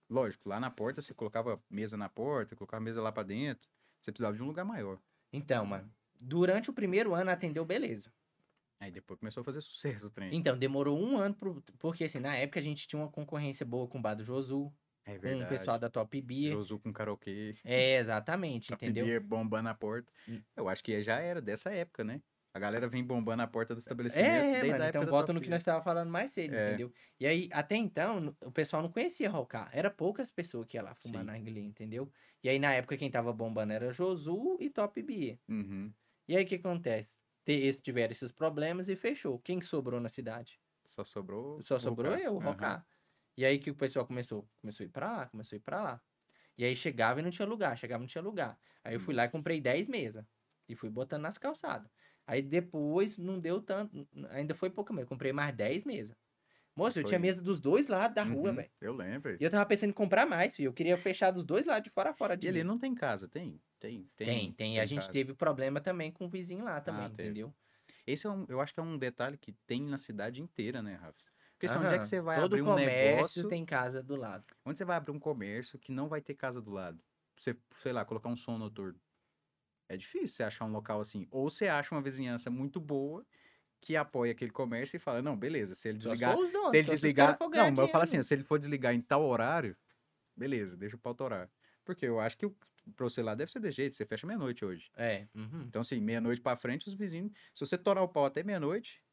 A: lógico, lá na porta você colocava mesa na porta, colocava mesa lá pra dentro, você precisava de um lugar maior.
B: Então, mano, durante o primeiro ano atendeu beleza.
A: Aí depois começou a fazer sucesso o trem.
B: Então, demorou um ano, pro... porque assim, na época a gente tinha uma concorrência boa com o Bar do Josu,
A: É
B: com
A: verdade.
B: o Um pessoal da Top Beer.
A: Josu com karaokê,
B: É, exatamente, entendeu?
A: Entendeu? bombando a porta.
B: Hum.
A: Eu acho que já era dessa época, né? A galera vem bombando a porta do
B: É,
A: estabelecimento
B: é,
A: desde a
B: mano,
A: época
B: então
A: da
B: volta
A: Top
B: no que
A: Gear.
B: nós estávamos falando mais cedo,
A: É.
B: entendeu? E aí, até então, n- o pessoal não conhecia Rocar. Era poucas pessoas que iam lá fumar
A: Sim.
B: na narguilé, entendeu? E aí, na época, quem tava bombando era Josu e Top Beer.
A: Uhum.
B: E aí, o que acontece? Te- Eles tiveram esses problemas e fechou. Quem que sobrou na cidade?
A: Só sobrou.
B: Só sobrou eu, o
A: Aham.
B: Rocar. E aí, o que o pessoal começou? Começou a ir pra lá, começou a ir pra lá. E aí, chegava e não tinha lugar, chegava e não tinha lugar. Aí, eu fui lá e
A: Nossa.
B: comprei 10 mesas. E fui botando nas calçadas. Aí, depois, não deu tanto. n- Ainda foi pouca mesmo. Eu comprei mais 10 mesas. Moço, eu
A: Foi.
B: tinha mesa dos dois lados da rua,
A: Uhum,
B: velho.
A: Eu lembro.
B: E eu tava pensando em comprar mais, filho. Eu queria fechar dos dois lados, de fora a fora. De
A: E ele
B: mesa.
A: não tem casa, tem? Tem, tem.
B: Tem, tem. E a gente
A: casa. Ah,
B: teve problema também com o vizinho lá também,
A: teve.
B: entendeu?
A: Esse é um, eu acho que é um detalhe que tem na cidade inteira, né, Rafa? Porque assim, onde é
B: Aham.
A: que você vai
B: Todo
A: abrir um
B: comércio
A: negócio?
B: tem casa do lado.
A: Onde você vai abrir um comércio que não vai ter casa do lado? Você, sei lá, colocar um som noturno. É difícil você achar um local assim. Ou você acha uma vizinhança muito boa que apoia aquele comércio e fala, não, beleza, se ele
B: Só
A: desligar.
B: for os donos,
A: Se ele
B: só os é,
A: desligar.
B: caras for ganhar
A: Não, mas eu falo
B: dinheiro.
A: assim, se ele for desligar em tal horário, beleza, deixa o pau torar. Porque eu acho que o pra você lá deve ser de jeito, você fecha meia-noite hoje.
B: É. uhum.
A: Então, assim, meia-noite pra frente, os vizinhos. Se você torar o pau até meia-noite,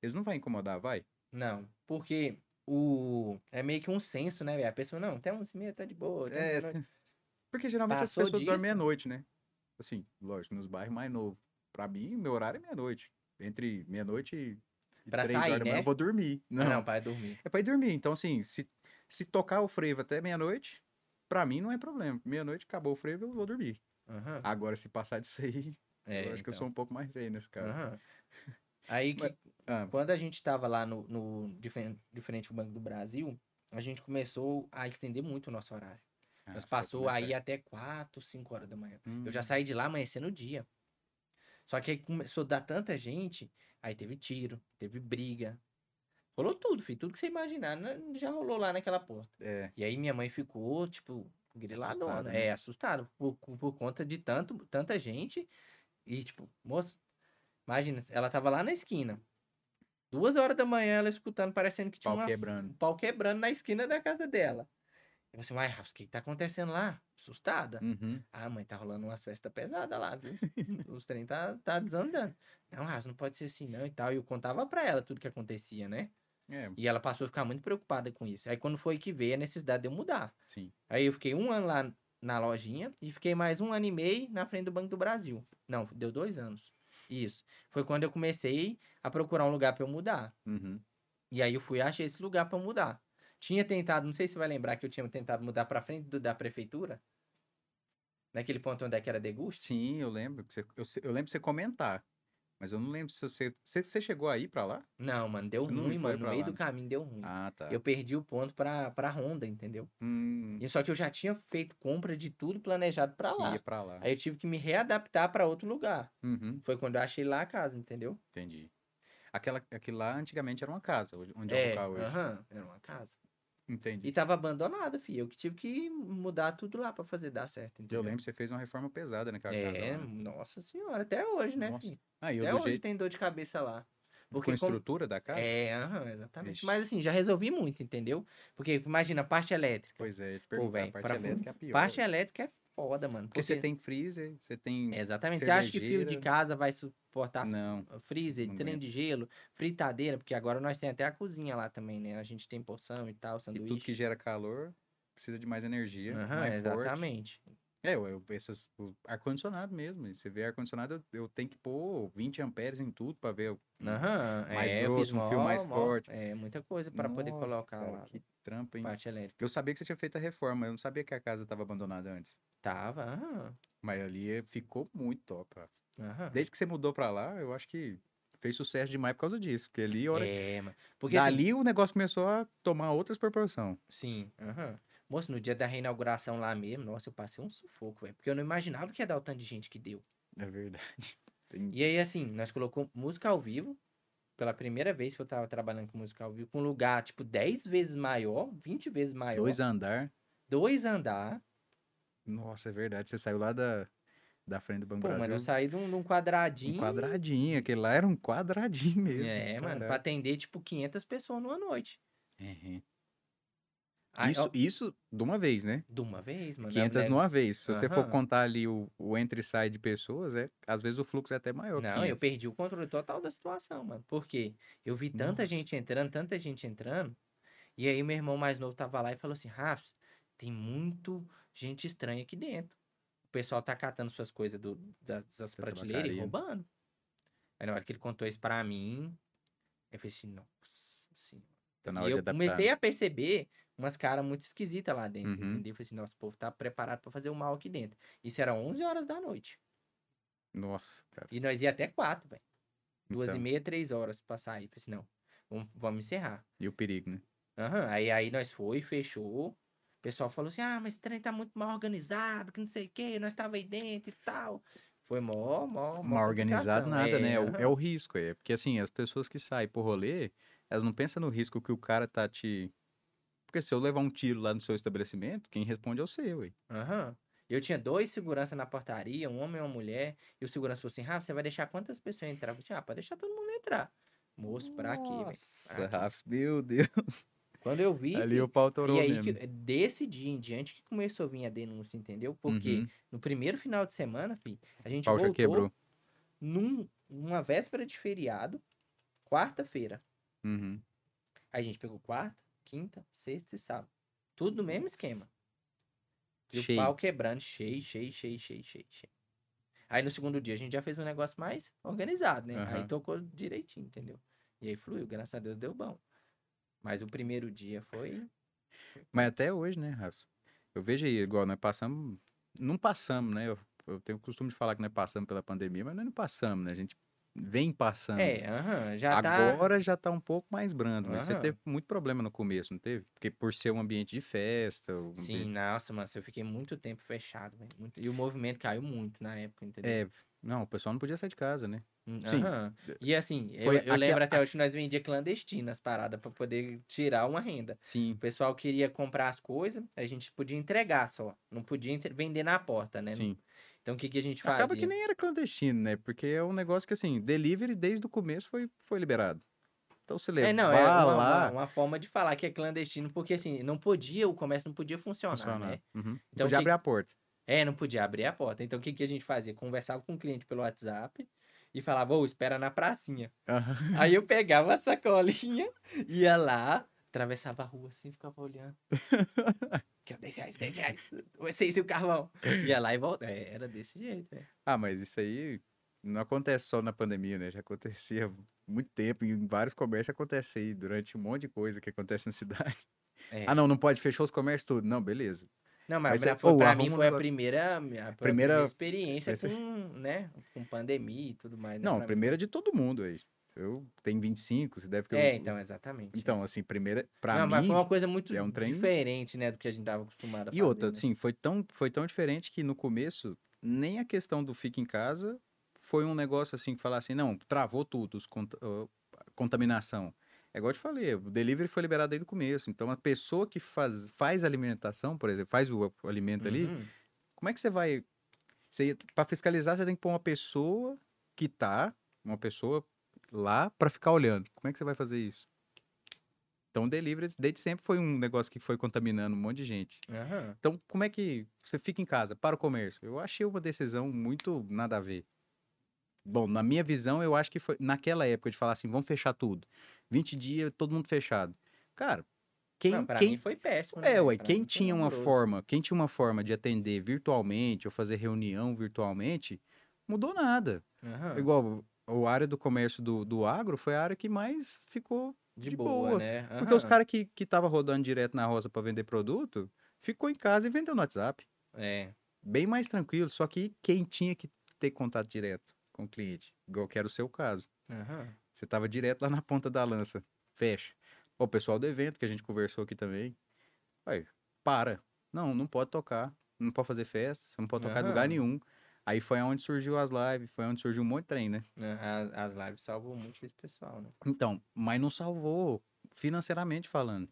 A: eles não vão incomodar, vai?
B: Não, porque o... É meio que um senso, né, velho? A pessoa, não, até uns e meia tá de boa. até
A: É,
B: umas noite.
A: Porque geralmente
B: Passou
A: as pessoas
B: disso?
A: dormem meia-noite, né? Assim, lógico, nos bairros mais novos. Pra mim, meu horário é meia-noite. Entre meia-noite e
B: Pra
A: três
B: sair,
A: horas da manhã,
B: né?
A: eu vou dormir.
B: Ah,
A: Não,
B: Não, para dormir.
A: é pra ir dormir. Então, assim, se, se tocar o frevo até meia-noite, pra mim não é problema. Meia-noite, acabou o frevo, eu vou dormir.
B: Aham.
A: Agora, se passar disso aí,
B: É,
A: eu acho que eu
B: então.
A: sou um pouco mais velho nesse caso.
B: Aham. Aí, que-
A: Ah,
B: quando a gente tava lá no, no diferente, diferente do Banco do Brasil, a gente começou a estender muito o nosso horário.
A: ah,
B: Nós
A: foi
B: passou
A: mais
B: aí
A: velho.
B: até 4, 5 horas da manhã. Eu
A: Hum,
B: já saí de lá amanhecendo o dia. Só que aí começou a dar tanta gente Aí teve tiro, teve briga. Rolou tudo, filho. Tudo que você imaginar né, já rolou lá naquela porta.
A: É.
B: E aí minha mãe ficou, tipo, griladona.
A: Assustada, né?
B: É, assustada. Por, por conta de tanto, tanta gente. E, tipo, moça, imagina, ela tava lá na esquina. Duas horas da manhã ela escutando, parecendo que tinha
A: Pau
B: uma um
A: quebrando.
B: pau quebrando na esquina da casa dela. Eu falei assim, mas o que que tá acontecendo lá? Assustada.
A: Uhum.
B: Ah, mãe, tá rolando umas festas pesadas lá, viu? Os trem tá, tá desandando. Não, Rafa, não pode ser assim não e tal. E eu contava pra ela tudo que acontecia, né?
A: É,
B: E ela passou a ficar muito preocupada com isso. Aí quando foi que veio a necessidade de eu mudar.
A: sim.
B: Aí eu fiquei um ano lá na lojinha e fiquei mais um ano e meio na frente do Banco do Brasil. Não, deu dois anos. Isso. Foi quando eu comecei a procurar um lugar pra eu mudar.
A: Uhum.
B: E aí eu fui e achei esse lugar pra mudar. Tinha tentado, não sei se você vai lembrar que eu tinha tentado mudar pra frente do- da prefeitura. Naquele ponto onde é que era deguste.
A: Sim, eu lembro. que você- eu, se- eu lembro de você comentar. Mas eu não lembro se você. Você, você chegou aí pra lá?
B: Não, mano, deu
A: Você não
B: ruim,
A: foi
B: mano. No
A: pra
B: meio
A: lá,
B: do
A: né?
B: caminho deu ruim.
A: Ah, tá.
B: Eu perdi o ponto pra, pra Honda, entendeu?
A: Hum,
B: E só que eu já tinha feito compra de tudo planejado pra
A: que
B: lá.
A: ia pra lá.
B: Aí eu tive que me readaptar pra outro lugar.
A: Uhum,
B: Foi quando eu achei lá a casa, entendeu?
A: entendi. Aquela, aquilo lá antigamente era uma casa, hoje- onde é o
B: é,
A: local hoje.
B: aham, era uma casa.
A: Entendi.
B: E tava abandonado, filho. Eu que tive que mudar tudo lá pra fazer dar certo, entendeu?
A: Eu lembro que você fez uma reforma pesada naquela casa.
B: É,
A: Lá, né?
B: nossa senhora, até hoje, né,
A: Nossa,
B: filho?
A: Ah, e eu
B: Até
A: do
B: hoje
A: jeito
B: tem dor de cabeça lá.
A: com
B: Porque
A: a
B: como...
A: estrutura da casa?
B: É, aham, exatamente.
A: Vixe.
B: Mas assim, já resolvi muito, entendeu? Porque imagina, a parte elétrica.
A: Pois é, eu te perguntar,
B: véi,
A: a parte
B: pra- um,
A: elétrica é a pior.
B: Parte elétrica é foda, mano.
A: Porque você tem freezer, você tem.
B: Exatamente. Você acha que fio de
A: cervejeira.
B: casa vai suportar
A: Não.
B: freezer,
A: Não
B: trem
A: aguento.
B: de gelo, fritadeira? Porque agora nós temos até a cozinha lá também, né? A gente tem porção e tal,
A: E tudo que
B: sanduíche.
A: gera calor precisa de mais energia.
B: Aham,
A: mais forte.
B: exatamente.
A: É, eu, eu, essas, o ar-condicionado mesmo. e Você vê ar-condicionado, eu, eu tenho que pôr 20 amperes em tudo pra ver. o-
B: Aham,
A: Hum, Mais
B: é, eu
A: grosso,
B: fiz
A: um fio mais
B: mó-
A: forte.
B: É, muita coisa para poder
A: Nossa,
B: colocar
A: cara,
B: lá. né?
A: Que trampa, hein?
B: Parte elétrica.
A: Eu sabia que você tinha feito a reforma, eu não sabia que a casa tava abandonada antes.
B: Tava, aham.
A: Mas ali eh, ficou muito top. cara.
B: aham.
A: Desde que você mudou pra lá, eu acho que fez sucesso demais por causa disso. Porque ali, a hora...
B: É, mano. Porque assim,
A: dali o negócio começou a tomar outras proporções.
B: Sim, aham. Moço, no dia da reinauguração lá mesmo, nossa, eu passei um sufoco, velho. Porque eu não imaginava que ia dar o tanto de gente que deu.
A: É verdade. Tem-
B: E aí, assim, nós colocamos música ao vivo. Pela primeira vez que eu tava trabalhando com música ao vivo, com um lugar, tipo, 10 vezes maior, 20 vezes maior.
A: Dois andar.
B: Dois andar.
A: Nossa, é verdade. Você saiu lá da, da frente do Banco
B: Pô, mano, eu
A: Brasil.
B: saí de um, de um
A: um
B: quadradinho.
A: quadradinho. Aquele lá era um quadradinho mesmo.
B: É, mano, pra
A: caralho.
B: atender, tipo, 500 pessoas numa noite.
A: Uhum.
B: Aí,
A: Isso,
B: ó,
A: isso de uma vez, né?
B: de uma vez, Ah, mano.
A: 500
B: né?
A: numa vez. Se você for
B: Aham.
A: contar ali o, o entra e sai de pessoas, é, às vezes o fluxo é até maior.
B: Não, eu perdi o controle total da situação, mano. Por quê? Eu vi tanta
A: Nossa.
B: gente entrando, tanta gente entrando. E aí meu irmão mais novo tava lá e falou assim: Rafa, tem muito gente estranha aqui dentro. O pessoal tá catando suas coisas do- das, das
A: Da
B: prateleiras e
A: tabacaria.
B: roubando. Aí na hora que ele contou isso pra mim, eu falei assim, nossa senhora."
A: Tá na
B: E
A: hora de
B: eu
A: adaptar.
B: comecei
A: né?
B: a perceber umas caras muito esquisitas lá dentro,
A: Uhum.
B: entendeu? Eu falei assim, nossa, o povo tá preparado pra fazer o mal aqui dentro. Isso era 11 horas da noite.
A: Nossa, cara.
B: E nós ia até quatro, velho. Duas
A: Então.
B: e meia, três horas pra sair. Falei assim, não, vamos, vamos encerrar.
A: E o perigo, né?
B: Aham, aí, aí nós foi, fechou. O pessoal falou assim, ah, mas esse trem tá muito mal organizado, que não sei o quê, nós tava aí dentro e tal. Foi mó, mó, mó
A: mal organizado nada,
B: complicação.
A: né? É o,
B: aham.
A: é o risco, é. Porque assim, as pessoas que saem por rolê, elas não pensam no risco que o cara tá te. Porque se eu levar um tiro lá no seu estabelecimento, quem responde é você, ué.
B: Aham. Eu tinha dois segurança na portaria, um homem e uma mulher. E o segurança falou assim, Rafa, você vai deixar quantas pessoas entrar? Eu falei assim, ah, pode deixar todo mundo entrar. Moço, pra quê, velho?
A: Nossa,
B: Pra quê?
A: Rafa, meu Deus.
B: Quando eu vi...
A: Ali o pau torou
B: E aí,
A: mesmo.
B: que, desse dia em diante que começou a vir a denúncia, entendeu? Porque
A: Uhum.
B: no primeiro final de semana, fi, a
A: O
B: gente
A: pau já
B: voltou
A: quebrou.
B: num- numa véspera de feriado, quarta-feira.
A: Uhum.
B: Aí a gente pegou quarta, quinta, sexta e sábado. Tudo no mesmo esquema. E
A: Cheio.
B: o pau quebrando, cheio, cheio, cheio, cheio, cheio, cheio. Aí no segundo dia a gente já fez um negócio mais organizado, né? Aí
A: Aham.
B: tocou direitinho, entendeu? E aí fluiu, graças a Deus deu bom. Mas o primeiro dia foi.
A: Mas até hoje, né, Rafa? Eu vejo aí, igual nós passamos. Não passamos, né? Eu, eu tenho o costume de falar que nós passamos pela pandemia, mas nós não passamos, né? A gente vem passando.
B: É, aham, já tá.
A: Ah.
B: Ah.
A: Agora já tá um pouco mais brando, mas você
B: Aham.
A: teve muito problema no começo, não teve? Porque por ser um ambiente de festa. um ambiente-
B: Sim, nossa, mano, eu fiquei muito tempo fechado, velho. muito- E o movimento caiu muito na época, entendeu?
A: É, Não, o pessoal não podia sair de casa, né? Sim.
B: Hum, Aham. E assim, eu,
A: Foi
B: eu
A: aquela-
B: lembro até hoje que nós vendia clandestinas as paradas pra poder tirar uma renda.
A: Sim,
B: O pessoal queria comprar as coisas, a gente podia entregar só. Não podia entre- vender na porta, né?
A: sim.
B: Então o que, que a gente fazia?
A: Acaba que nem era clandestino, né? Porque é um negócio que, assim, delivery desde o começo foi, foi liberado. Então se levar
B: É, não, é uma, uma-
A: lá...
B: uma forma de falar que é clandestino, porque assim, não podia, o comércio não podia funcionar,
A: funciona.
B: né?
A: Uhum.
B: Então,
A: Podia
B: que-
A: abrir a porta.
B: É, não podia abrir a porta. Então o que, que a gente fazia? Conversava com o cliente pelo WhatsApp e falava, ô, espera na pracinha.
A: Aham.
B: Aí eu pegava a sacolinha, ia lá, atravessava a rua assim, ficava olhando. Aqui, ó, 10 reais, 10 reais, vocês e o carvão. Ia lá e voltava. É, era desse jeito, velho.
A: Ah, mas isso aí não acontece só na pandemia, né? Já acontecia há muito tempo, em vários comércios acontece aí, durante um monte de coisa que acontece na cidade.
B: É.
A: Ah, não, não pode, fechou os comércios tudo. Não, beleza.
B: Não, mas,
A: Mas
B: pra,
A: você- ou
B: pra
A: arruma
B: mim
A: um
B: foi a
A: negócio-
B: primeira, a primeira,
A: Primeira-
B: experiência
A: Esse-
B: com, né, com pandemia e tudo mais. né,
A: Não,
B: pra mim.
A: primeira de todo mundo aí. Eu tenho 25, você deve que
B: É,
A: eu...
B: então, exatamente.
A: Então, assim, primeira, pra
B: Não, mas
A: mim...
B: foi uma coisa muito
A: é um trem-
B: diferente, né, do que a gente tava acostumado a
A: E
B: fazer,
A: outra,
B: né?
A: assim, foi tão, foi tão diferente que no começo, nem a questão do fica em casa foi um negócio assim que falar assim, não, travou tudo, os cont- ah, contaminação. É igual eu te falei, o delivery foi liberado desde o começo. Então, a pessoa que faz, faz a alimentação, por exemplo, faz o o alimento assim, ali,
B: Uhum.
A: como é que você vai. Você, pra fiscalizar, você tem que pôr uma pessoa que tá, uma pessoa lá, pra ficar olhando. Como é que você vai fazer isso? Então, o delivery desde sempre foi um negócio que foi contaminando um monte de gente.
B: Aham.
A: Então, como é que você fica em casa para o comércio? Eu achei uma decisão muito nada a ver. Bom, na minha visão, eu acho que foi naquela época de falar assim, vamos fechar tudo. 20 dias, todo mundo fechado. Cara, quem,
B: Não, pra
A: quem
B: mim foi péssimo, né,
A: é,
B: velho?
A: ué,
B: Pra
A: quem
B: mim foi
A: tinha uma
B: horroroso.
A: forma, quem tinha uma forma de atender virtualmente ou fazer reunião virtualmente, mudou nada.
B: Aham.
A: Igual o a área do comércio do, do agro foi a área que mais ficou
B: De,
A: de
B: boa,
A: boa,
B: né?
A: porque os
B: Aham.
A: caras que que tava rodando direto na roça para vender produto, ficou em casa e vendeu no WhatsApp
B: É.
A: bem mais tranquilo, só que quem tinha que ter contato direto com o cliente, igual que era o seu caso.
B: Aham.
A: Você estava direto lá na ponta da lança. Fecha. Ó, O pessoal do evento que a gente conversou aqui também. Aí, para. Não, não pode tocar. Não pode fazer festa. Você não pode tocar em lugar
B: Aham.
A: nenhum. Aí foi onde surgiu as lives, foi onde surgiu um monte de trem, né?
B: Aham, As, as lives salvam muito esse pessoal, né?
A: Então, mas não salvou financeiramente falando.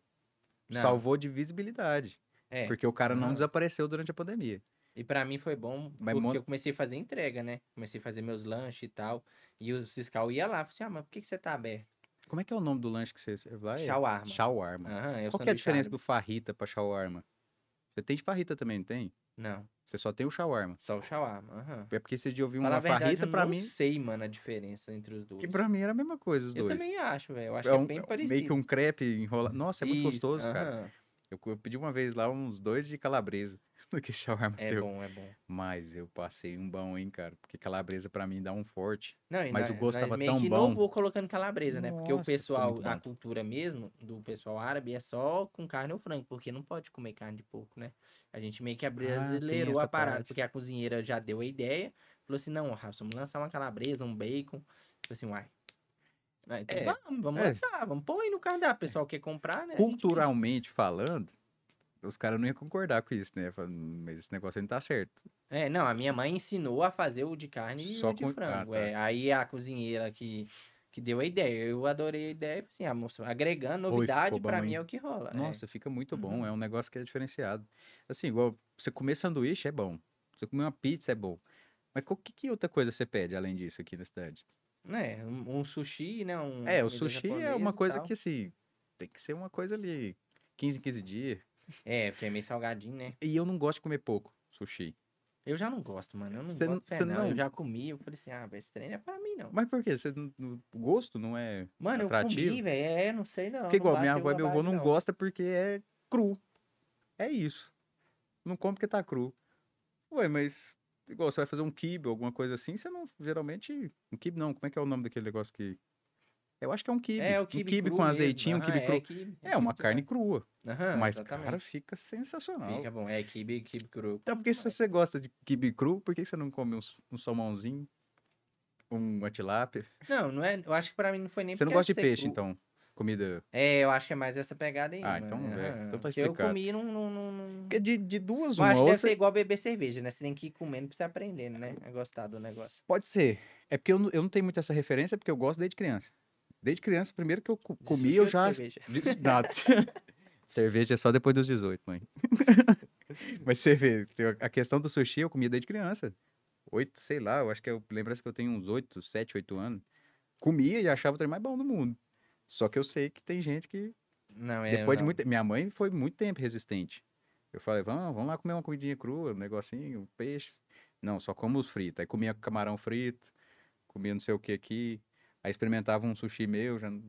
B: Não.
A: Salvou de visibilidade.
B: É.
A: Porque o cara não
B: Aham.
A: desapareceu durante a pandemia.
B: E pra mim foi bom
A: Mas
B: porque
A: mon-
B: eu comecei a fazer entrega, né? Comecei a fazer meus lanches e tal. E o fiscal ia lá, falou assim, ah, mas por que, que você tá aberto?
A: Como é que é o nome do lanche que você serve lá? É-
B: Shawarma.
A: Shawarma.
B: Aham, eu
A: Qual que é a diferença do farrita pra shawarma? Você tem de farrita também, não tem?
B: Não,
A: Você só tem o shawarma.
B: só o shawarma. Aham.
A: É porque esses dias eu vi
B: Falar
A: uma
B: a verdade,
A: farrita
B: eu
A: pra
B: não
A: mim,
B: sei, mano, a diferença entre os dois.
A: que pra mim era a mesma coisa os
B: Eu
A: dois.
B: também acho, velho. Eu acho
A: é
B: que
A: um-
B: é bem
A: meio
B: parecido.
A: que um crepe enrolado. Nossa, é muito
B: Isso,
A: gostoso, cara.
B: aham.
A: Eu, eu pedi uma vez lá uns dois de calabresa do que shawarma
B: É
A: seu.
B: bom, é bom.
A: Mas eu passei um bom, hein, cara. Porque calabresa pra mim dá um forte.
B: Não, e
A: Mas
B: nós-
A: o gosto
B: nós
A: tava
B: meio
A: tão
B: que
A: bom.
B: não vou colocando calabresa, né? Porque o
A: Nossa, ficou
B: pessoal,
A: muito
B: a
A: bom.
B: cultura mesmo do pessoal árabe é só com carne ou frango, porque não pode comer carne de porco, né? A gente meio que brasileirou
A: Ah,
B: a
A: essa
B: parada,
A: parte.
B: porque a cozinheira já deu a ideia, falou assim: não, Rafa, vamos lançar uma calabresa, um bacon. Falei assim, uai. Ah, então
A: É,
B: vamos, vamos
A: é.
B: lançar, vamos pôr aí no cardápio. O pessoal quer comprar, né? A gente vende.
A: Culturalmente falando, os caras não iam concordar com isso, né? Falando, mas esse negócio aí não tá certo.
B: É, não, a minha mãe ensinou a fazer o de carne e
A: Só
B: o de
A: com- ah,
B: frango.
A: tá.
B: é. Aí a cozinheira que, que deu a ideia, eu adorei a ideia, assim, a moça, agregando
A: Oi,
B: novidade,
A: ficou
B: pra
A: bom,
B: mim
A: hein?
B: é o que rola. é.
A: Nossa, fica muito bom.
B: Uhum.
A: É um negócio que é diferenciado. Assim, igual você comer sanduíche é bom. Você comer uma pizza é bom. Mas o que, que outra coisa você pede além disso aqui na cidade?
B: Né, um, um sushi, né? um-
A: é, o
B: comida
A: sushi é
B: japonesa
A: uma
B: e
A: coisa
B: tal.
A: que, assim, tem que ser uma coisa ali 15 em 15 dias.
B: É, porque é meio salgadinho, né?
A: E eu não gosto de comer pouco sushi.
B: Eu já não gosto, mano. Eu não
A: Cê não-
B: gosto de
A: cê
B: não. Eu
A: não-
B: já comi, eu falei assim, ah, esse treino é pra mim, não.
A: Mas por quê? Você, não- não- o gosto não é.
B: Mano, eu comi,
A: atrativo?
B: velho. É, não sei não.
A: Porque
B: não
A: igual minha
B: bateu
A: avó e
B: a
A: meu avô
B: vibe,
A: não gosta porque é cru. É isso. Não come porque tá cru. Ué, mas igual você vai fazer um quibe, alguma coisa assim, você não geralmente um quibe não, como é que é o nome daquele negócio que Eu acho que é um quibe.
B: É,
A: um
B: o kibe,
A: com azeitinho,
B: um
A: um quibe
B: é,
A: cru.
B: quibe,
A: É, uma
B: quibe,
A: carne crua,
B: Aham,
A: mas
B: exatamente.
A: cara, fica sensacional.
B: Fica bom. É, quibe, quibe cru. eu
A: Então,
B: como
A: porque se
B: demais.
A: você gosta de quibe cru, por que você não come uns- um, salmãozinho, uma tilápia?
B: Não, não é. Eu acho que pra mim não foi nem
A: você não
B: porque era
A: gosta de
B: ser
A: peixe,
B: cru.
A: então? Comida.
B: É, eu acho que é mais essa pegada aí.
A: Ah,
B: mano.
A: então, é.
B: Aham.
A: Então tá
B: Porque eu
A: explicado.
B: comi num. num, num, num...
A: Porque de, de duas,
B: Eu
A: uma.
B: acho que
A: ou
B: deve
A: você-
B: ser igual beber cerveja, né? Você tem que ir comendo pra você aprender, né? A gostar do negócio.
A: Pode ser. É porque eu, não- eu não tenho muito essa referência, porque eu gosto desde criança. Desde criança, primeiro que eu co-
B: De
A: comi,
B: sushi
A: eu
B: ou de
A: já.
B: cerveja?
A: De- Nada. cerveja é só depois dos 18, mãe. Mas você vê, tem a- a questão do sushi eu comia desde criança. Oito, sei lá, eu acho que eu lembrança que eu tenho uns oito, sete, oito anos. Comia e achava o trem mais bom do mundo. Só que eu sei que tem gente que.
B: Não, é.
A: depois de
B: não.
A: muito tempo. Minha mãe foi muito tempo resistente. Eu falei, vamos, vamos lá comer uma comidinha crua, um negocinho, um peixe. Não, só como os fritos. Aí comia camarão frito, comia não sei o que aqui. Aí experimentava um sushi meu. Já... não-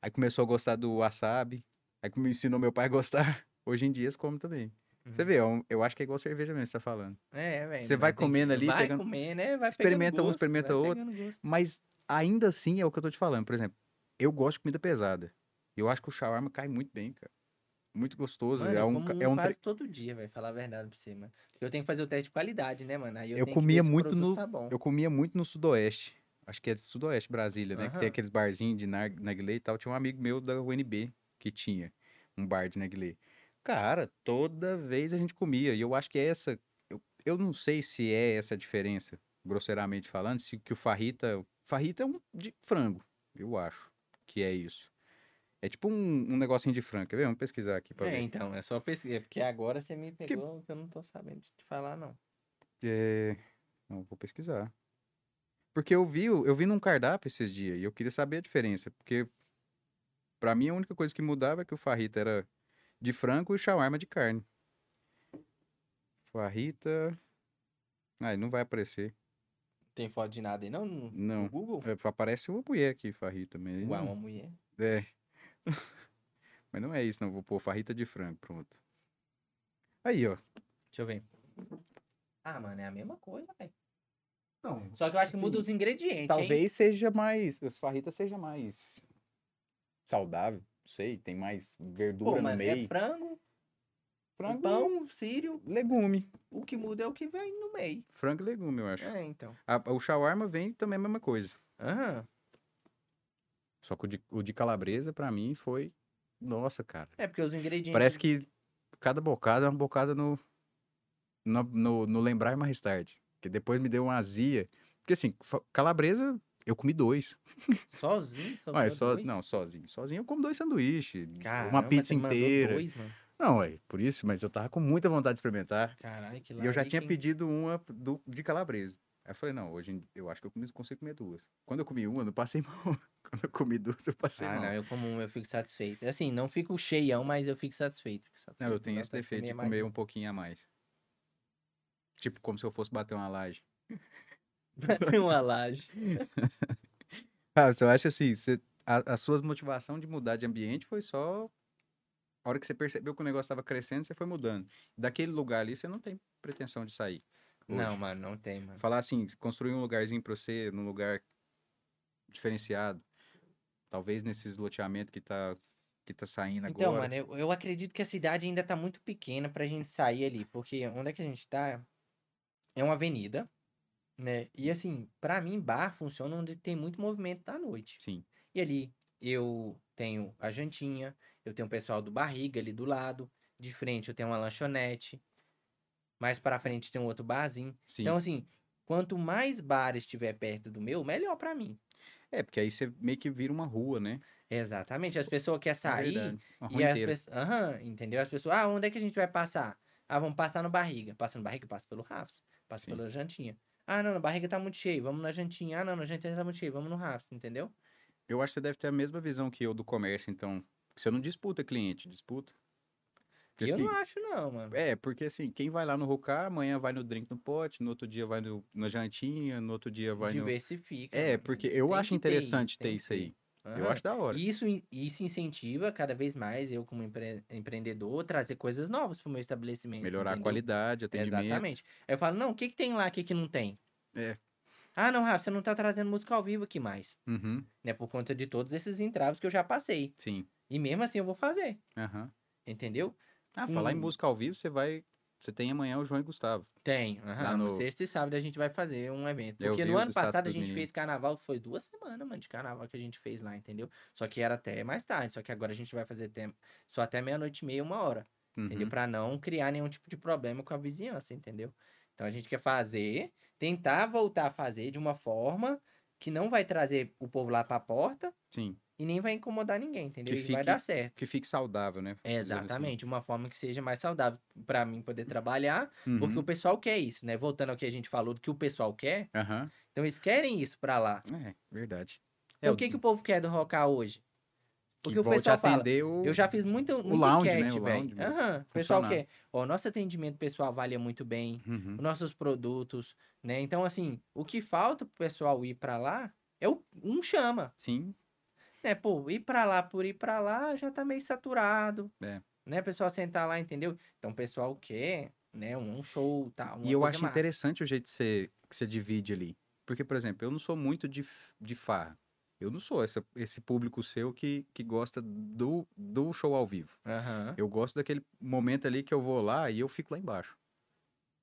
A: Aí começou a gostar do wasabi. Aí me ensinou meu pai a gostar. Hoje em dia eles comem também. Você
B: Uhum.
A: vê, é um- eu acho que é igual cerveja mesmo, você tá falando.
B: É, velho.
A: Você
B: mas
A: vai
B: tem que-
A: comendo ali,
B: Vai
A: pegando-
B: comer, né? Vai pegando
A: Experimenta um,
B: gosto,
A: experimenta
B: vai
A: outro.
B: pegando gosto.
A: Mas ainda assim é o que eu tô te falando. Por exemplo, eu gosto de comida pesada. Eu acho que o shawarma cai muito bem, cara. Muito gostoso.
B: Mano,
A: é
B: eu
A: um,
B: como
A: é um tre-
B: quase todo dia, velho. Falar a verdade pra você, mano. Porque eu tenho que fazer o teste de qualidade, né, mano? Aí eu
A: Eu
B: tenho que ver
A: comia
B: se o
A: muito
B: produto
A: no-
B: Tá bom.
A: Eu comia muito no Sudoeste. Acho que é Sudoeste, Brasília, né? Que tem
B: Aham.
A: aqueles barzinhos de nar- narguilé e tal. Tinha um amigo meu da UNB que tinha um bar de narguilé. Cara, toda vez a gente comia. E eu acho que é essa... Eu, eu não sei se é essa a diferença, grosseiramente falando, se que o farrita... Farrita é um de frango, eu acho que é isso. É tipo um, um negocinho de frango. Quer ver? Vamos pesquisar aqui pra
B: É,
A: ver.
B: então, é só pesquisa. Porque agora você me pegou que eu não tô sabendo te falar, não.
A: É... Não, vou pesquisar. Porque eu vi, o- eu vi num cardápio esses dias e eu queria saber a diferença. Porque pra mim a única coisa que mudava é que o farrita era de frango e o shawarma de carne. Farrita. Ah, ele não vai aparecer.
B: Tem foto de nada aí, não? No, no
A: Não.
B: Google?
A: É, aparece uma mulher aqui, farrita, mas.
B: Uau,
A: não-
B: uma mulher.
A: É. mas não é isso, não. Vou pôr farrita de frango, pronto. Aí, ó.
B: Deixa eu ver. Ah, mano, é a mesma coisa, velho.
A: Não,
B: Só que eu acho que muda
A: Sim.
B: os ingredientes, hein?
A: Talvez seja mais. Os farritas seja mais saudável. Não sei, tem mais verdura
B: Pô,
A: no
B: mano,
A: meio.
B: é frango,
A: frango
B: pão, sírio.
A: e legume.
B: O que muda é o que vem no meio.
A: Frango e legume, eu acho.
B: É, então.
A: A- o shawarma vem também a mesma coisa.
B: Aham.
A: Só que o de, o de calabresa, pra mim, foi. Nossa, cara.
B: É porque os ingredientes...
A: Parece que cada bocado é uma bocada no. No, no, no lembrar mais tarde. Que depois me deu uma azia. Porque assim, fa- calabresa, eu comi dois.
B: Sozinho, só
A: Ué, é
B: deu
A: só,
B: dois?
A: não, sozinho. Sozinho eu como dois sanduíches.
B: Caramba,
A: uma
B: você
A: pizza
B: mandou
A: inteira.
B: Dois, mano.
A: Não, é por isso, mas eu tava com muita vontade de experimentar.
B: Caralho, que
A: e eu já
B: larica,
A: tinha
B: hein?
A: pedido uma do, de calabresa. Aí eu falei, não, hoje em- eu acho que eu comi- consigo comer duas. Quando eu comi uma, eu não passei mal. Quando eu comi duas, eu passei
B: Ah,
A: mal.
B: não, eu como um, eu fico satisfeito. Assim, não fico cheião, mas eu fico satisfeito. fico
A: Não,
B: satisfeito, é
A: eu tenho
B: dá
A: esse
B: vontade
A: defeito de
B: mais.
A: comer um pouquinho a mais. Tipo, como se eu fosse bater uma laje. um
B: Tem uma laje.
A: Ah, você acha assim, você, a, a sua motivação de mudar de ambiente foi só... A hora que você percebeu que o negócio estava crescendo, você foi mudando. Daquele lugar ali, você não tem pretensão de sair. hoje.
B: Não, mano, não tem, mano.
A: Falar assim, construir um lugarzinho pra você, num lugar diferenciado. Talvez nesses loteamentos que tá, que tá saindo agora.
B: Então, mano, eu, eu acredito que a cidade ainda tá muito pequena pra gente sair ali, porque onde é que a gente tá é uma avenida, né? E assim, pra mim, bar funciona onde tem muito movimento à noite.
A: Sim.
B: E ali eu tenho a jantinha, eu tenho o pessoal do barriga ali do lado, de frente eu tenho uma lanchonete, mais pra frente tem um outro barzinho.
A: Sim.
B: Então, assim, quanto mais bar estiver perto do meu, melhor pra mim.
A: É, porque aí você meio que vira uma rua, né?
B: Exatamente. As pessoas querem
A: Na
B: sair.
A: verdade. Uma rua
B: E as
A: inteira.
B: pessoas. Aham, entendeu? As pessoas. Ah, onde é que a gente vai passar? Ah, vamos passar no barriga. Passa no barriga, passa pelo Raps. Passa
A: Sim.
B: pela jantinha. Ah, não, na barriga tá muito cheio. Vamos na jantinha. Ah, não, na jantinha tá muito cheio. Vamos no Raps, entendeu?
A: Eu acho que você deve ter a mesma visão que eu do comércio, então. Você não disputa cliente, disputa. Porque,
B: eu
A: assim,
B: não acho, não, mano.
A: É, porque assim, quem vai lá no Rocá, amanhã vai no drink no pote, no outro dia vai no, na jantinha, no outro dia vai no...
B: Diversifica.
A: É,
B: mano.
A: porque eu
B: Tem
A: acho
B: que ter isso,
A: interessante ter
B: tem
A: isso
B: que ter.
A: aí. Eu
B: Aham.
A: acho da hora.
B: E isso, in- isso incentiva cada vez mais eu, como empre- empreendedor, trazer coisas novas pro meu estabelecimento.
A: Melhorar a
B: entendeu?
A: qualidade, atendimento.
B: Exatamente. Aí eu falo, não, o que, que tem lá aqui que não tem?
A: É.
B: Ah, não, Rafa, você não tá trazendo música ao vivo aqui mais.
A: Uhum,
B: Né? Por conta de todos esses entraves que eu já passei.
A: sim.
B: E mesmo assim eu vou fazer.
A: Aham.
B: Entendeu?
A: Ah, falar em
B: Hum.
A: música ao vivo, você vai Você tem amanhã o João e Gustavo.
B: Tem. Aham,
A: Lá no-
B: Sexta e sábado a gente vai fazer um evento.
A: Eu
B: Porque
A: vi
B: no
A: os
B: ano
A: status
B: passado a
A: dos
B: gente
A: meninos.
B: fez carnaval, foi duas semanas, mano, de carnaval que a gente fez lá, entendeu? Só que era até mais tarde, só que agora a gente vai fazer até- só até meia-noite e meia, uma hora. entendeu?
A: Uhum.
B: Pra não criar nenhum tipo de problema com a vizinhança, entendeu? Então a gente quer fazer, tentar voltar a fazer de uma forma que não vai trazer o povo lá pra porta
A: Sim.
B: e nem vai incomodar ninguém, entendeu?
A: Que
B: e vai
A: fique-
B: dar certo.
A: Que fique saudável, né? Dizendo assim.
B: Exatamente, uma forma que seja mais saudável pra mim poder trabalhar,
A: Uhum.
B: porque o pessoal quer isso, né? Voltando ao que a gente falou do que o pessoal quer,
A: Aham.
B: então eles querem isso pra lá.
A: É, verdade.
B: Então o que, que o povo quer do Rocar hoje? Porque o
A: volte a
B: pessoal fala,
A: atender o...
B: eu já fiz muito, muito
A: lounge, né?
B: enquete,
A: O
B: velho.
A: lounge, né?
B: Aham, o pessoal
A: Funcionar.
B: quer. Ó, nosso atendimento pessoal avalia muito bem,
A: Uhum.
B: os nossos produtos, né? Então, assim, o que falta pro pessoal ir pra lá é o, um chama,
A: Sim,
B: né? Pô, ir pra lá por ir pra lá já tá meio saturado,
A: É.
B: né? O pessoal sentar lá, entendeu? Então, o pessoal quer, né? Um show, tal, uma
A: E eu
B: coisa
A: acho
B: massa.
A: interessante o jeito que você, que você divide ali. Porque, por exemplo, eu não sou muito de, f- de farra. Eu não sou essa- esse público seu que, que gosta do, do show ao vivo.
B: Aham,
A: Eu gosto daquele momento ali que eu vou lá e eu fico lá embaixo.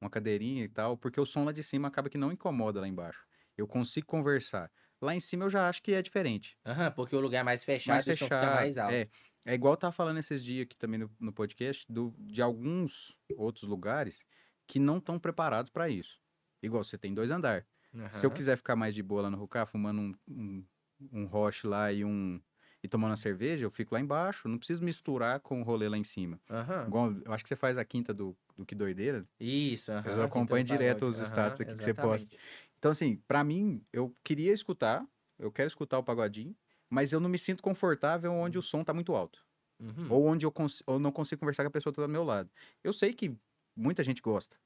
A: Uma cadeirinha e tal, porque o som lá de cima acaba que não incomoda lá embaixo. Eu consigo conversar. Lá em cima eu já acho que é diferente
B: aham, porque o lugar é mais fechado,
A: mais
B: o som fica
A: fechado.
B: mais alto.
A: É, é igual eu tava falando esses dias aqui também no, no podcast do, de alguns outros lugares que não estão preparados para isso. Igual você tem dois andares. Se eu
B: Aham.
A: quiser ficar mais de boa lá no Rucá, fumando um, um, um roche lá e um e tomando uma cerveja, eu fico lá embaixo. Não preciso misturar com o rolê lá em cima.
B: Aham.
A: Igual, eu acho que você faz a quinta do, do Que Doideira.
B: Isso, aham.
A: Eu
B: então
A: acompanho
B: tá
A: direto
B: ótimo.
A: os
B: Aham,
A: status aqui que você
B: exatamente.
A: Então, assim, para mim, eu queria escutar, eu quero escutar o pagodinho, mas eu não me sinto confortável onde o som tá muito alto.
B: Uhum.
A: ou onde eu, cons- eu não consigo conversar com a pessoa que tá do meu lado. Eu sei que muita gente gosta.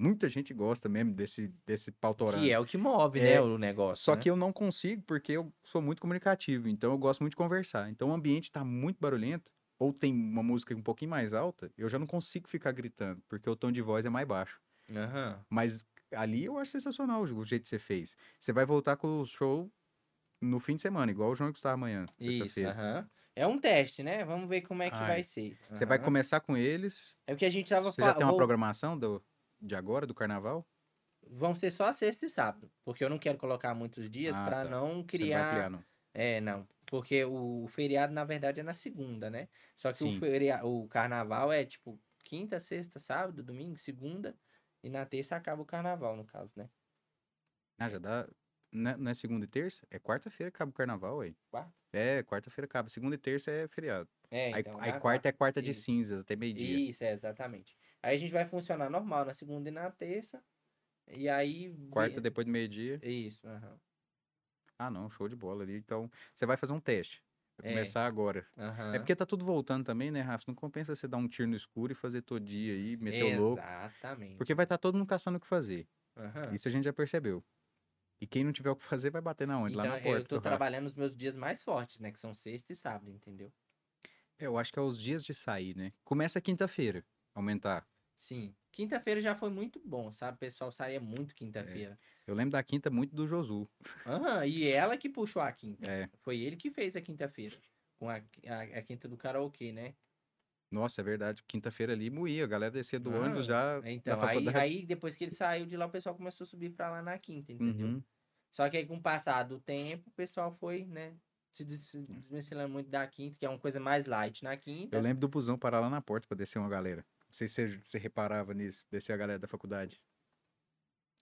A: Muita gente gosta mesmo desse, desse pautorado.
B: Que é o que move, né,
A: É,
B: o negócio.
A: Só
B: né?
A: que eu não consigo porque eu sou muito comunicativo, então eu gosto muito de conversar. Então o ambiente tá muito barulhento, ou tem uma música um pouquinho mais alta, eu já não consigo ficar gritando, porque o tom de voz é mais baixo.
B: Aham.
A: Mas ali eu acho sensacional o jeito que você fez. Você vai voltar com o show no fim de semana, igual o João Gustavo amanhã,
B: Isso,
A: sexta-feira.
B: aham. É um teste, né? Vamos ver como é que
A: Ah,
B: vai
A: é.
B: ser.
A: Você vai
B: Aham.
A: começar com eles,
B: É o que a gente tava
A: Você já tem uma
B: falando.
A: programação do, de agora, do carnaval?
B: Vão ser só sexta e sábado. Porque eu não quero colocar muitos dias
A: Ah,
B: pra
A: tá.
B: não
A: Você não
B: criar.
A: vai criar, não.
B: É, não. Porque o feriado, na verdade, é na segunda, né? Só que o,
A: Sim.
B: feria... o carnaval é tipo quinta, sexta, sábado, domingo, segunda. E na terça acaba o carnaval, no caso, né?
A: Ah, já dá. Não é, não é segunda e terça? É quarta-feira que acaba o carnaval aí.
B: Quarta?
A: É, quarta-feira acaba. Segunda e terça é feriado.
B: É,
A: aí
B: então,
A: aí
B: dá
A: quarta é quarta de
B: Isso.
A: cinzas, até meio-dia.
B: Isso, é, exatamente. Aí a gente vai funcionar normal na segunda e na terça. E aí. vi-
A: Quarta depois do meio-dia.
B: Isso, aham.
A: Ah, não, show de bola ali. Então, você vai fazer um teste. Vai
B: É.
A: começar agora.
B: aham.
A: É porque tá tudo voltando também, né, Rafa? Não compensa você dar um tiro no escuro e fazer todo dia aí, meter o louco.
B: Exatamente. É.
A: Porque vai estar todo mundo caçando o que fazer.
B: Aham.
A: Isso a gente já percebeu. E quem não tiver o que fazer vai bater na onde?
B: Então,
A: Lá na porta.
B: eu tô
A: do Rafa.
B: trabalhando os meus dias mais fortes, né? Que são sexta e sábado, entendeu?
A: Eu acho que é os dias de sair, né? Começa quinta-feira, aumentar.
B: Sim. Quinta-feira já foi muito bom, sabe? O pessoal saía muito quinta-feira.
A: Eu lembro da quinta muito do Josu.
B: Aham, e ela que puxou a quinta.
A: É.
B: Foi ele que fez a quinta-feira. Com a, a, a quinta do karaokê, né?
A: Nossa, é verdade. Quinta-feira ali moía. A galera descia do
B: Ah,
A: ônibus já
B: Então,
A: da
B: aí,
A: faculdade.
B: aí depois que ele saiu de lá, o pessoal começou a subir pra lá na quinta, entendeu?
A: Uhum.
B: Só que aí, com o passar do tempo, o pessoal foi, né? Se des- desvencilhando muito da quinta, que é uma coisa mais light na
A: Eu
B: quinta.
A: lembro do busão parar lá na porta pra descer uma galera. Não sei se você- você reparava nisso, descer a galera da faculdade.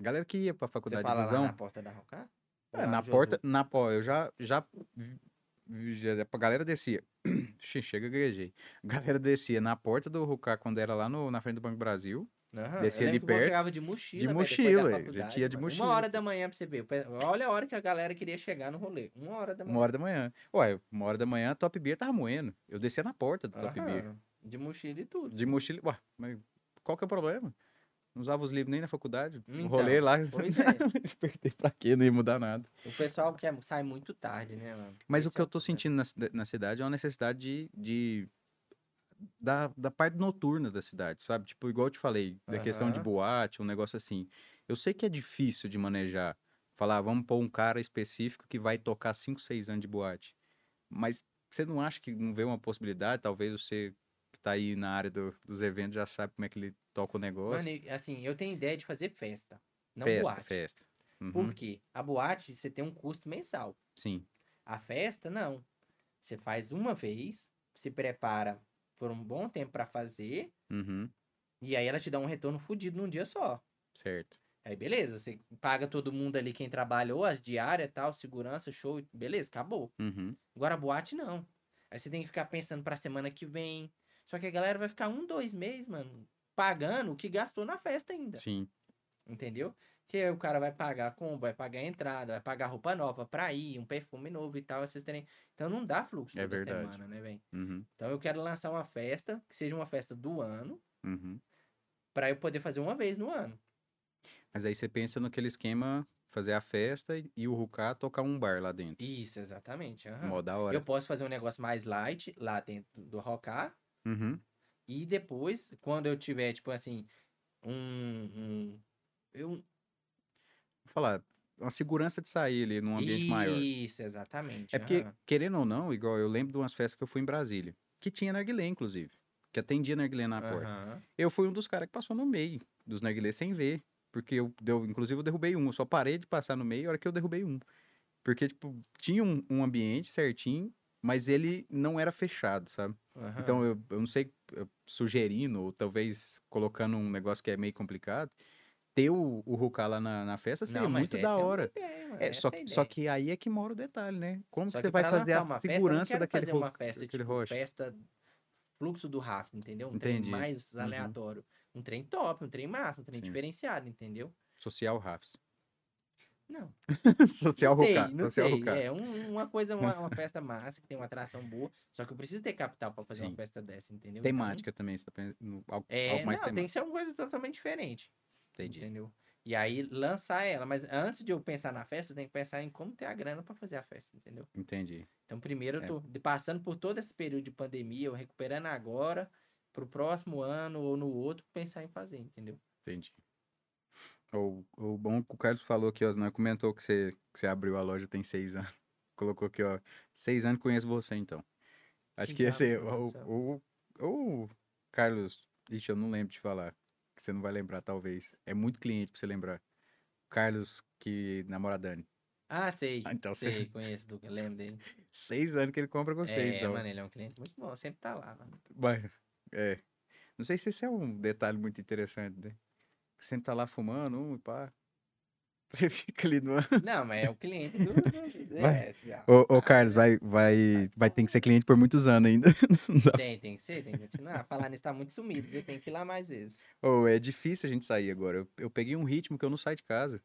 A: Galera que ia pra
B: Você
A: faculdade de
B: fala lá
A: busão.
B: na porta da Roca?
A: É,
B: Ah,
A: na porta, na pó, eu já, já, vi- vi- já- a galera descia, Xi, chega gaguejei, a galera descia na porta do Rucá quando era lá no, na frente do Banco do Brasil,
B: Aham, eu
A: descia
B: lembro
A: ali
B: que o povo
A: perto.
B: chegava de mochila.
A: De
B: velho, depois da
A: mochila, a gente
B: faculdade,
A: ia de
B: mano.
A: mochila.
B: Uma hora da manhã pra você ver. O pe- Olha a hora que a galera queria chegar no rolê. Uma hora da manhã.
A: uma hora da manhã. Ué, uma hora da manhã a Top Beer tava moendo, eu descia na porta do Top Beer,
B: Aham, De mochila e tudo.
A: de mochila, ué, mas qual que é o problema? Não usava os livros nem na faculdade,
B: Então,
A: o rolê lá,
B: pois é.
A: perder pra quê, não ia mudar nada.
B: O pessoal quer sai muito tarde, né, mano?
A: Mas o
B: Esse
A: que
B: é
A: eu tô
B: problema.
A: sentindo na, cida- na cidade é uma necessidade de. de- da, da parte noturna da cidade, sabe? Tipo, igual eu te falei, da questão de
B: Aham.
A: boate, um negócio assim. Eu sei que é difícil de manejar. Falar, "Ah, vamos pôr um cara específico que vai tocar 5, 6 anos de boate. Mas você não acha que não vê uma possibilidade, talvez você que tá aí na área do- dos eventos já sabe como é que ele toca o negócio.
B: Mano, e, assim, eu tenho ideia de fazer festa. Não
A: festa,
B: boate.
A: festa. Uhum,
B: Por quê? A boate, você tem um custo mensal.
A: Sim.
B: A festa, não. Você faz uma vez, se prepara por um bom tempo pra fazer,
A: Uhum,
B: e aí ela te dá um retorno fudido num dia só.
A: certo.
B: Aí beleza, você paga todo mundo ali quem trabalhou, as diárias, tal, segurança, show, beleza, acabou.
A: Uhum,
B: Agora a boate não. Aí você tem que ficar pensando pra semana que vem. Só que a galera vai ficar um, dois meses, mano, pagando o que gastou na festa ainda.
A: Sim.
B: Entendeu? Que aí o cara vai pagar combo, vai pagar entrada, vai pagar roupa nova pra ir, um perfume novo e tal, esses trem. Então não dá fluxo
A: É
B: toda
A: verdade.
B: semana, né, velho?
A: Uhum,
B: Então eu quero lançar uma festa, que seja uma festa do ano,
A: uhum.
B: pra eu poder fazer uma vez no ano.
A: Mas aí você pensa no aquele esquema fazer a festa e, e o Ruká tocar um bar lá dentro.
B: Isso, exatamente. aham.
A: Mó da hora.
B: Ah, Eu posso fazer um negócio mais light lá dentro do rocar.
A: Uhum,
B: E depois, quando eu tiver, tipo assim, um. um eu-
A: Vou falar, uma segurança de sair ali num Um ambiente maior.
B: Isso, exatamente.
A: É porque,
B: aham.
A: querendo ou não, igual eu lembro de umas festas que eu fui em Brasília, que tinha narguilé, inclusive. Que atendia narguilé na porta.
B: Aham.
A: Eu fui um dos caras que passou no meio dos narguilés sem ver. Porque eu, deu, inclusive, eu derrubei um. Eu só parei de passar no meio na hora que eu derrubei um. Porque, tipo, tinha um, um ambiente certinho, mas ele não era fechado, sabe?
B: aham.
A: Então, eu, eu não sei, eu sugerindo, ou talvez colocando um negócio que é meio complicado, ter o, o Ruká lá na, na festa seria
B: Não, mas
A: muito
B: essa
A: da
B: é uma
A: hora.
B: ideia, mano,
A: É, só,
B: essa é a
A: que- só
B: ideia.
A: que aí é que mora o detalhe, né? Como que
B: Só
A: você
B: que
A: vai
B: pra
A: fazer a
B: lançar uma festa, eu não
A: segurança
B: quero
A: daquele
B: fazer uma
A: rock-
B: festa,
A: daquele
B: tipo,
A: rocha?
B: festa fluxo do raft, entendeu? Um trem
A: Entendi.
B: mais
A: Uhum.
B: aleatório, um trem top, um trem massa, um trem
A: Sim.
B: diferenciado, entendeu?
A: Social Rafs.
B: Não,
A: Social
B: não sei,
A: Rucá.
B: não
A: Social
B: sei.
A: Rucá.
B: É um- uma coisa, uma, uma festa massa que tem uma atração boa, só que eu preciso ter capital pra fazer uma
A: Sim.
B: festa dessa, entendeu? Então,
A: Temática também, você tá pensando. Algo,
B: É,
A: algo mais
B: não, tem
A: temático.
B: que ser uma coisa totalmente diferente,
A: Entendi.
B: entendeu? E aí lançar ela, mas antes de eu pensar na festa, tem que pensar em como ter a grana pra fazer a festa, entendeu?
A: Entendi.
B: Então, primeiro,
A: É.
B: eu tô de- passando por todo esse período de pandemia, eu recuperando agora, pro próximo ano ou no outro, pensar em fazer, entendeu?
A: Entendi. O, o bom que o Carlos falou aqui, ó, né? comentou que você, que você abriu a loja tem seis anos. Colocou aqui, ó. Seis anos conheço você, então. Acho
B: Que
A: que ia
B: diabo,
A: ser.
B: meu
A: O,
B: Deus do
A: o, o Carlos. Ixi, eu não lembro de falar. Que você não vai lembrar, talvez. É muito cliente pra você lembrar. Carlos, que namora a Dani.
B: Ah, sei.
A: Ah, então você-
B: sei, conheço do lembro dele.
A: Seis anos que ele compra com você,
B: é,
A: então.
B: mano, ele é um cliente muito bom, sempre tá lá, mano.
A: Mas, é. Não sei se esse é um detalhe muito interessante, né? Que Sempre tá lá fumando, um e pá. Você fica ali no.
B: Não, mas é o cliente do. do-
A: Vai.
B: é, esse- ah,
A: Ô, ô
B: ah,
A: Carlos,
B: né?
A: vai, vai, vai ter que ser cliente por muitos anos ainda. Não dá-
B: Tem, tem que ser, tem que continuar. Falar nisso tá muito sumido, viu? tem que ir lá mais vezes.
A: Ô, é difícil a gente sair agora. Eu, eu peguei um ritmo que eu não saio de casa.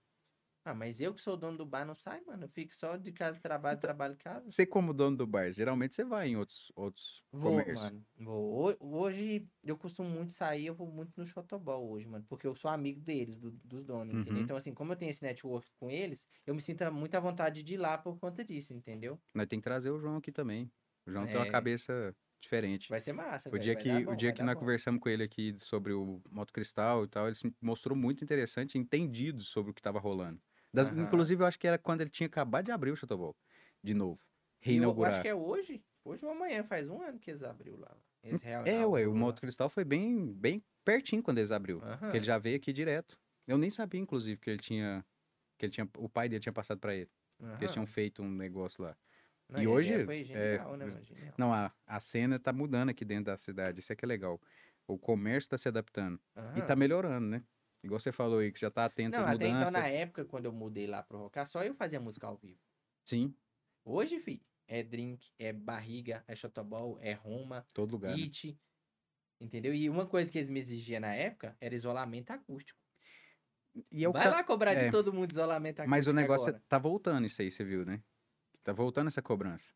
B: Ah, mas eu que sou o dono do bar não saio, mano. Eu fico só de casa, trabalho, trabalho, casa.
A: Você, como dono do bar, geralmente você vai em outros, outros
B: Vou,
A: comércios.
B: mano. Vou. Ho- Hoje eu costumo muito sair, eu vou muito no Shotoball hoje, mano. Porque eu sou amigo deles, do- dos donos, entendeu?
A: Uhum.
B: Então, assim, como eu tenho esse network com eles, eu me sinto muito à vontade de ir lá por conta disso, entendeu?
A: Nós tem que trazer o João aqui também. O João tem uma
B: É.
A: cabeça diferente.
B: Vai ser massa,
A: O
B: velho,
A: dia
B: vai
A: que,
B: dar
A: o
B: bom,
A: dia
B: vai
A: que
B: dar
A: nós
B: bom.
A: conversamos com ele aqui sobre o Moto Cristal e tal, ele se mostrou muito interessante, entendido sobre o que estava rolando. Das-
B: Aham.
A: Inclusive, eu acho que era quando ele tinha acabado de abrir o Chutebol, de novo.
B: E eu- Eu
A: Reinaugurar.
B: acho que é hoje. Hoje ou amanhã, faz um ano que eles abriu lá. Eles
A: É, ué, o
B: reinauguraram lá.
A: Moto Cristal foi bem, bem pertinho quando eles abriu.
B: Aham.
A: Porque ele já veio aqui direto. Eu nem sabia, inclusive, que ele tinha. Que ele tinha. O pai dele tinha passado pra ele. Que eles
B: aham.
A: tinham feito um negócio lá.
B: Não,
A: e
B: a ideia
A: hoje, é,
B: Foi genial, né, mano? Genial.
A: Não, a, a cena tá mudando aqui dentro da cidade. Isso é que é legal. O comércio tá se adaptando. E
B: Aham.
A: tá melhorando, né? Igual você falou aí, que já tá atento
B: Ah. Não,
A: às
B: até
A: mudanças.
B: então, na época, quando eu mudei lá pro Rocar, só eu fazia música ao vivo.
A: Sim,
B: Hoje, fi, é drink, é barriga, é shotoball, é Roma,
A: todo lugar. né?
B: it. Entendeu? E uma coisa que eles me exigiam na época era isolamento acústico.
A: E é o
B: Vai
A: ca-
B: lá cobrar
A: é.
B: de todo mundo isolamento acústico.
A: Mas o negócio é-
B: agora.
A: tá voltando isso aí, você viu, né? Tá voltando essa cobrança.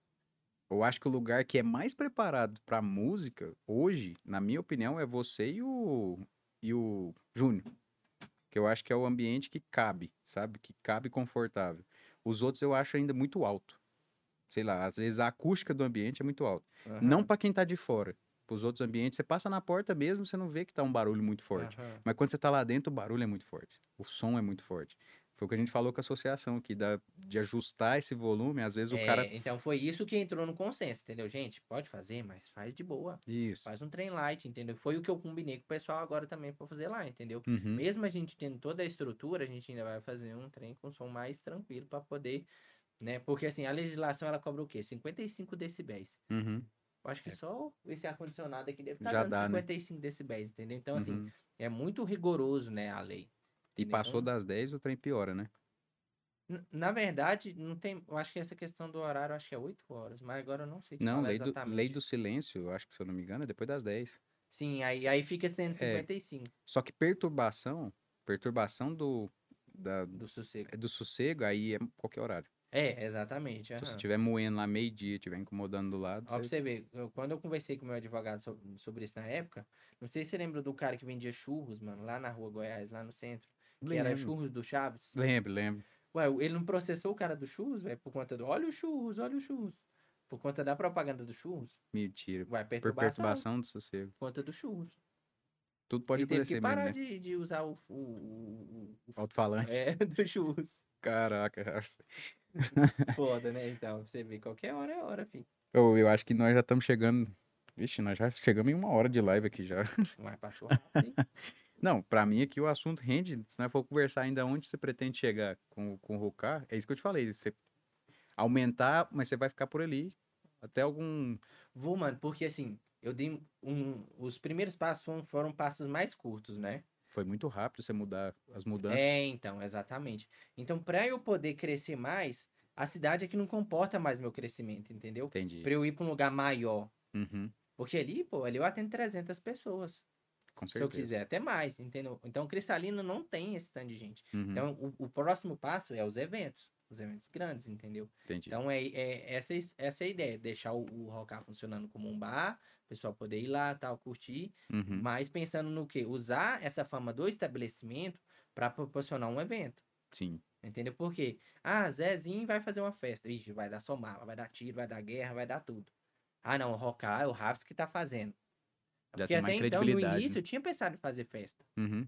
A: Eu acho que o lugar que é mais preparado pra música hoje, na minha opinião, é você e o e o Júnior. Que eu acho que é o ambiente que cabe, sabe? Que cabe confortável. Os outros eu acho ainda muito alto. Sei lá, às vezes a acústica do ambiente é muito alta.
B: Aham,
A: Não pra quem tá de fora. Pros outros ambientes, você passa na porta mesmo, você não vê que tá um barulho muito forte.
B: aham.
A: Mas quando você tá lá dentro, o barulho é muito forte. O som é muito forte. Foi o que a gente falou com a associação aqui, da, de ajustar esse volume. Às vezes o
B: É,
A: cara.
B: Então foi isso que entrou no consenso, entendeu? Gente, pode fazer, mas faz de boa.
A: Isso.
B: Faz um trem light, entendeu? Foi o que eu combinei com o pessoal agora também pra fazer lá, entendeu?
A: Uhum.
B: Mesmo a gente tendo toda a estrutura, a gente ainda vai fazer um trem com som mais tranquilo pra poder, né? Porque assim, a legislação ela cobra o quê? 55 decibéis.
A: Uhum.
B: Eu acho que só esse ar-condicionado aqui deve estar
A: Já
B: dando
A: dá, né?
B: 55 decibéis, entendeu? Então, assim,
A: uhum.
B: é muito rigoroso, né, a lei.
A: E
B: entendeu?
A: passou
B: Então,
A: das 10, o trem piora, né?
B: n- Na verdade, não tem. Eu acho que essa questão do horário, eu acho que é 8 horas, mas agora eu não sei te
A: Não,
B: falar
A: lei do,
B: exatamente.
A: lei do silêncio, eu acho que se eu não me engano, é depois das 10.
B: Sim, aí, aí fica 155
A: Só que perturbação, perturbação do, da,
B: do sossego.
A: é do sossego, aí é qualquer horário.
B: É, exatamente.
A: Se você
B: aham.
A: estiver moendo lá meio-dia, estiver incomodando do lado,
B: Ó, pra
A: você-
B: você ver, eu- quando eu conversei com meu advogado so- sobre, isso na época, não sei se você lembra do cara que vendia churros, mano, lá na rua Goiás, lá no centro, que era
A: Lembro.
B: churros do Chaves.
A: Lembro, lembro.
B: Ué, ele não processou o cara do churros, velho, por conta do, olha o churros, olha o churros. Por conta da propaganda do churros,
A: Mentira.
B: vai
A: Por
B: perturbação,
A: perturbação do sossego.
B: por conta do churros.
A: Tudo pode
B: ele teve que
A: acontecer mesmo,
B: parar
A: né?
B: de, de usar o, o- o- o- o-
A: Alto-falante.
B: é, do churros.
A: Caraca, Rafa.
B: Foda, né? Então, pra você vê, qualquer hora é hora, filho.
A: eu, eu acho que nós já estamos chegando. Vixe, nós já chegamos em uma hora de live aqui já.
B: Mas passou rápido, hein?
A: Não, pra mim aqui o assunto rende. Se nós for conversar ainda onde você pretende chegar com, com o Rocar, é isso que eu te falei. Você aumentar, mas você vai ficar por ali até algum.
B: Vou, mano, porque assim, eu dei um. Os primeiros passos foram, foram passos mais curtos, né?
A: Foi muito rápido você mudar as mudanças.
B: É, então, exatamente. Então, pra eu poder crescer mais, a cidade é que não comporta mais meu crescimento, entendeu?
A: Entendi.
B: Pra eu ir pra um lugar maior.
A: Uhum,
B: Porque ali, pô, ali eu atendo 300 pessoas.
A: com
B: Se eu
A: certeza.
B: quiser, até mais, entendeu? Então, Cristalino não tem esse tanto de gente.
A: Uhum,
B: Então, o, o próximo passo é os eventos. Os eventos grandes, entendeu?
A: entendi.
B: Então, é, é essa, é- essa é a ideia. Deixar o, o Rocar funcionando como um bar, o pessoal poder ir lá, tal, curtir.
A: Uhum,
B: Mas pensando no quê? Usar essa fama do estabelecimento para proporcionar um evento.
A: Sim.
B: Entendeu? Por quê? Ah, Zezinho vai fazer uma festa. Ixi, vai dar somar, vai dar tiro, vai dar guerra, vai dar tudo. Ah, não, o Rocar é o Raps que tá fazendo.
A: Já
B: Porque
A: tem mais
B: até então, no
A: credibilidade,
B: início,
A: né?
B: eu tinha pensado em fazer festa.
A: Uhum,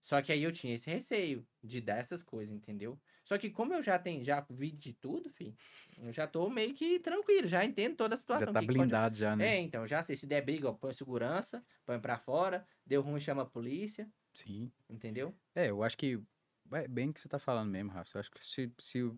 B: Só que aí eu tinha esse receio de dar essas coisas, entendeu? Só que como eu já tenho, já vi de tudo, filho, eu já tô meio que tranquilo, já entendo toda a situação.
A: Já
B: o
A: tá
B: que que pode
A: blindado já, né?
B: é, então, já sei, se der briga, ó, põe segurança, põe pra fora, deu ruim, chama a polícia,
A: Sim.
B: entendeu?
A: É, eu acho que. É bem que você tá falando mesmo, Rafa. Eu acho que se, se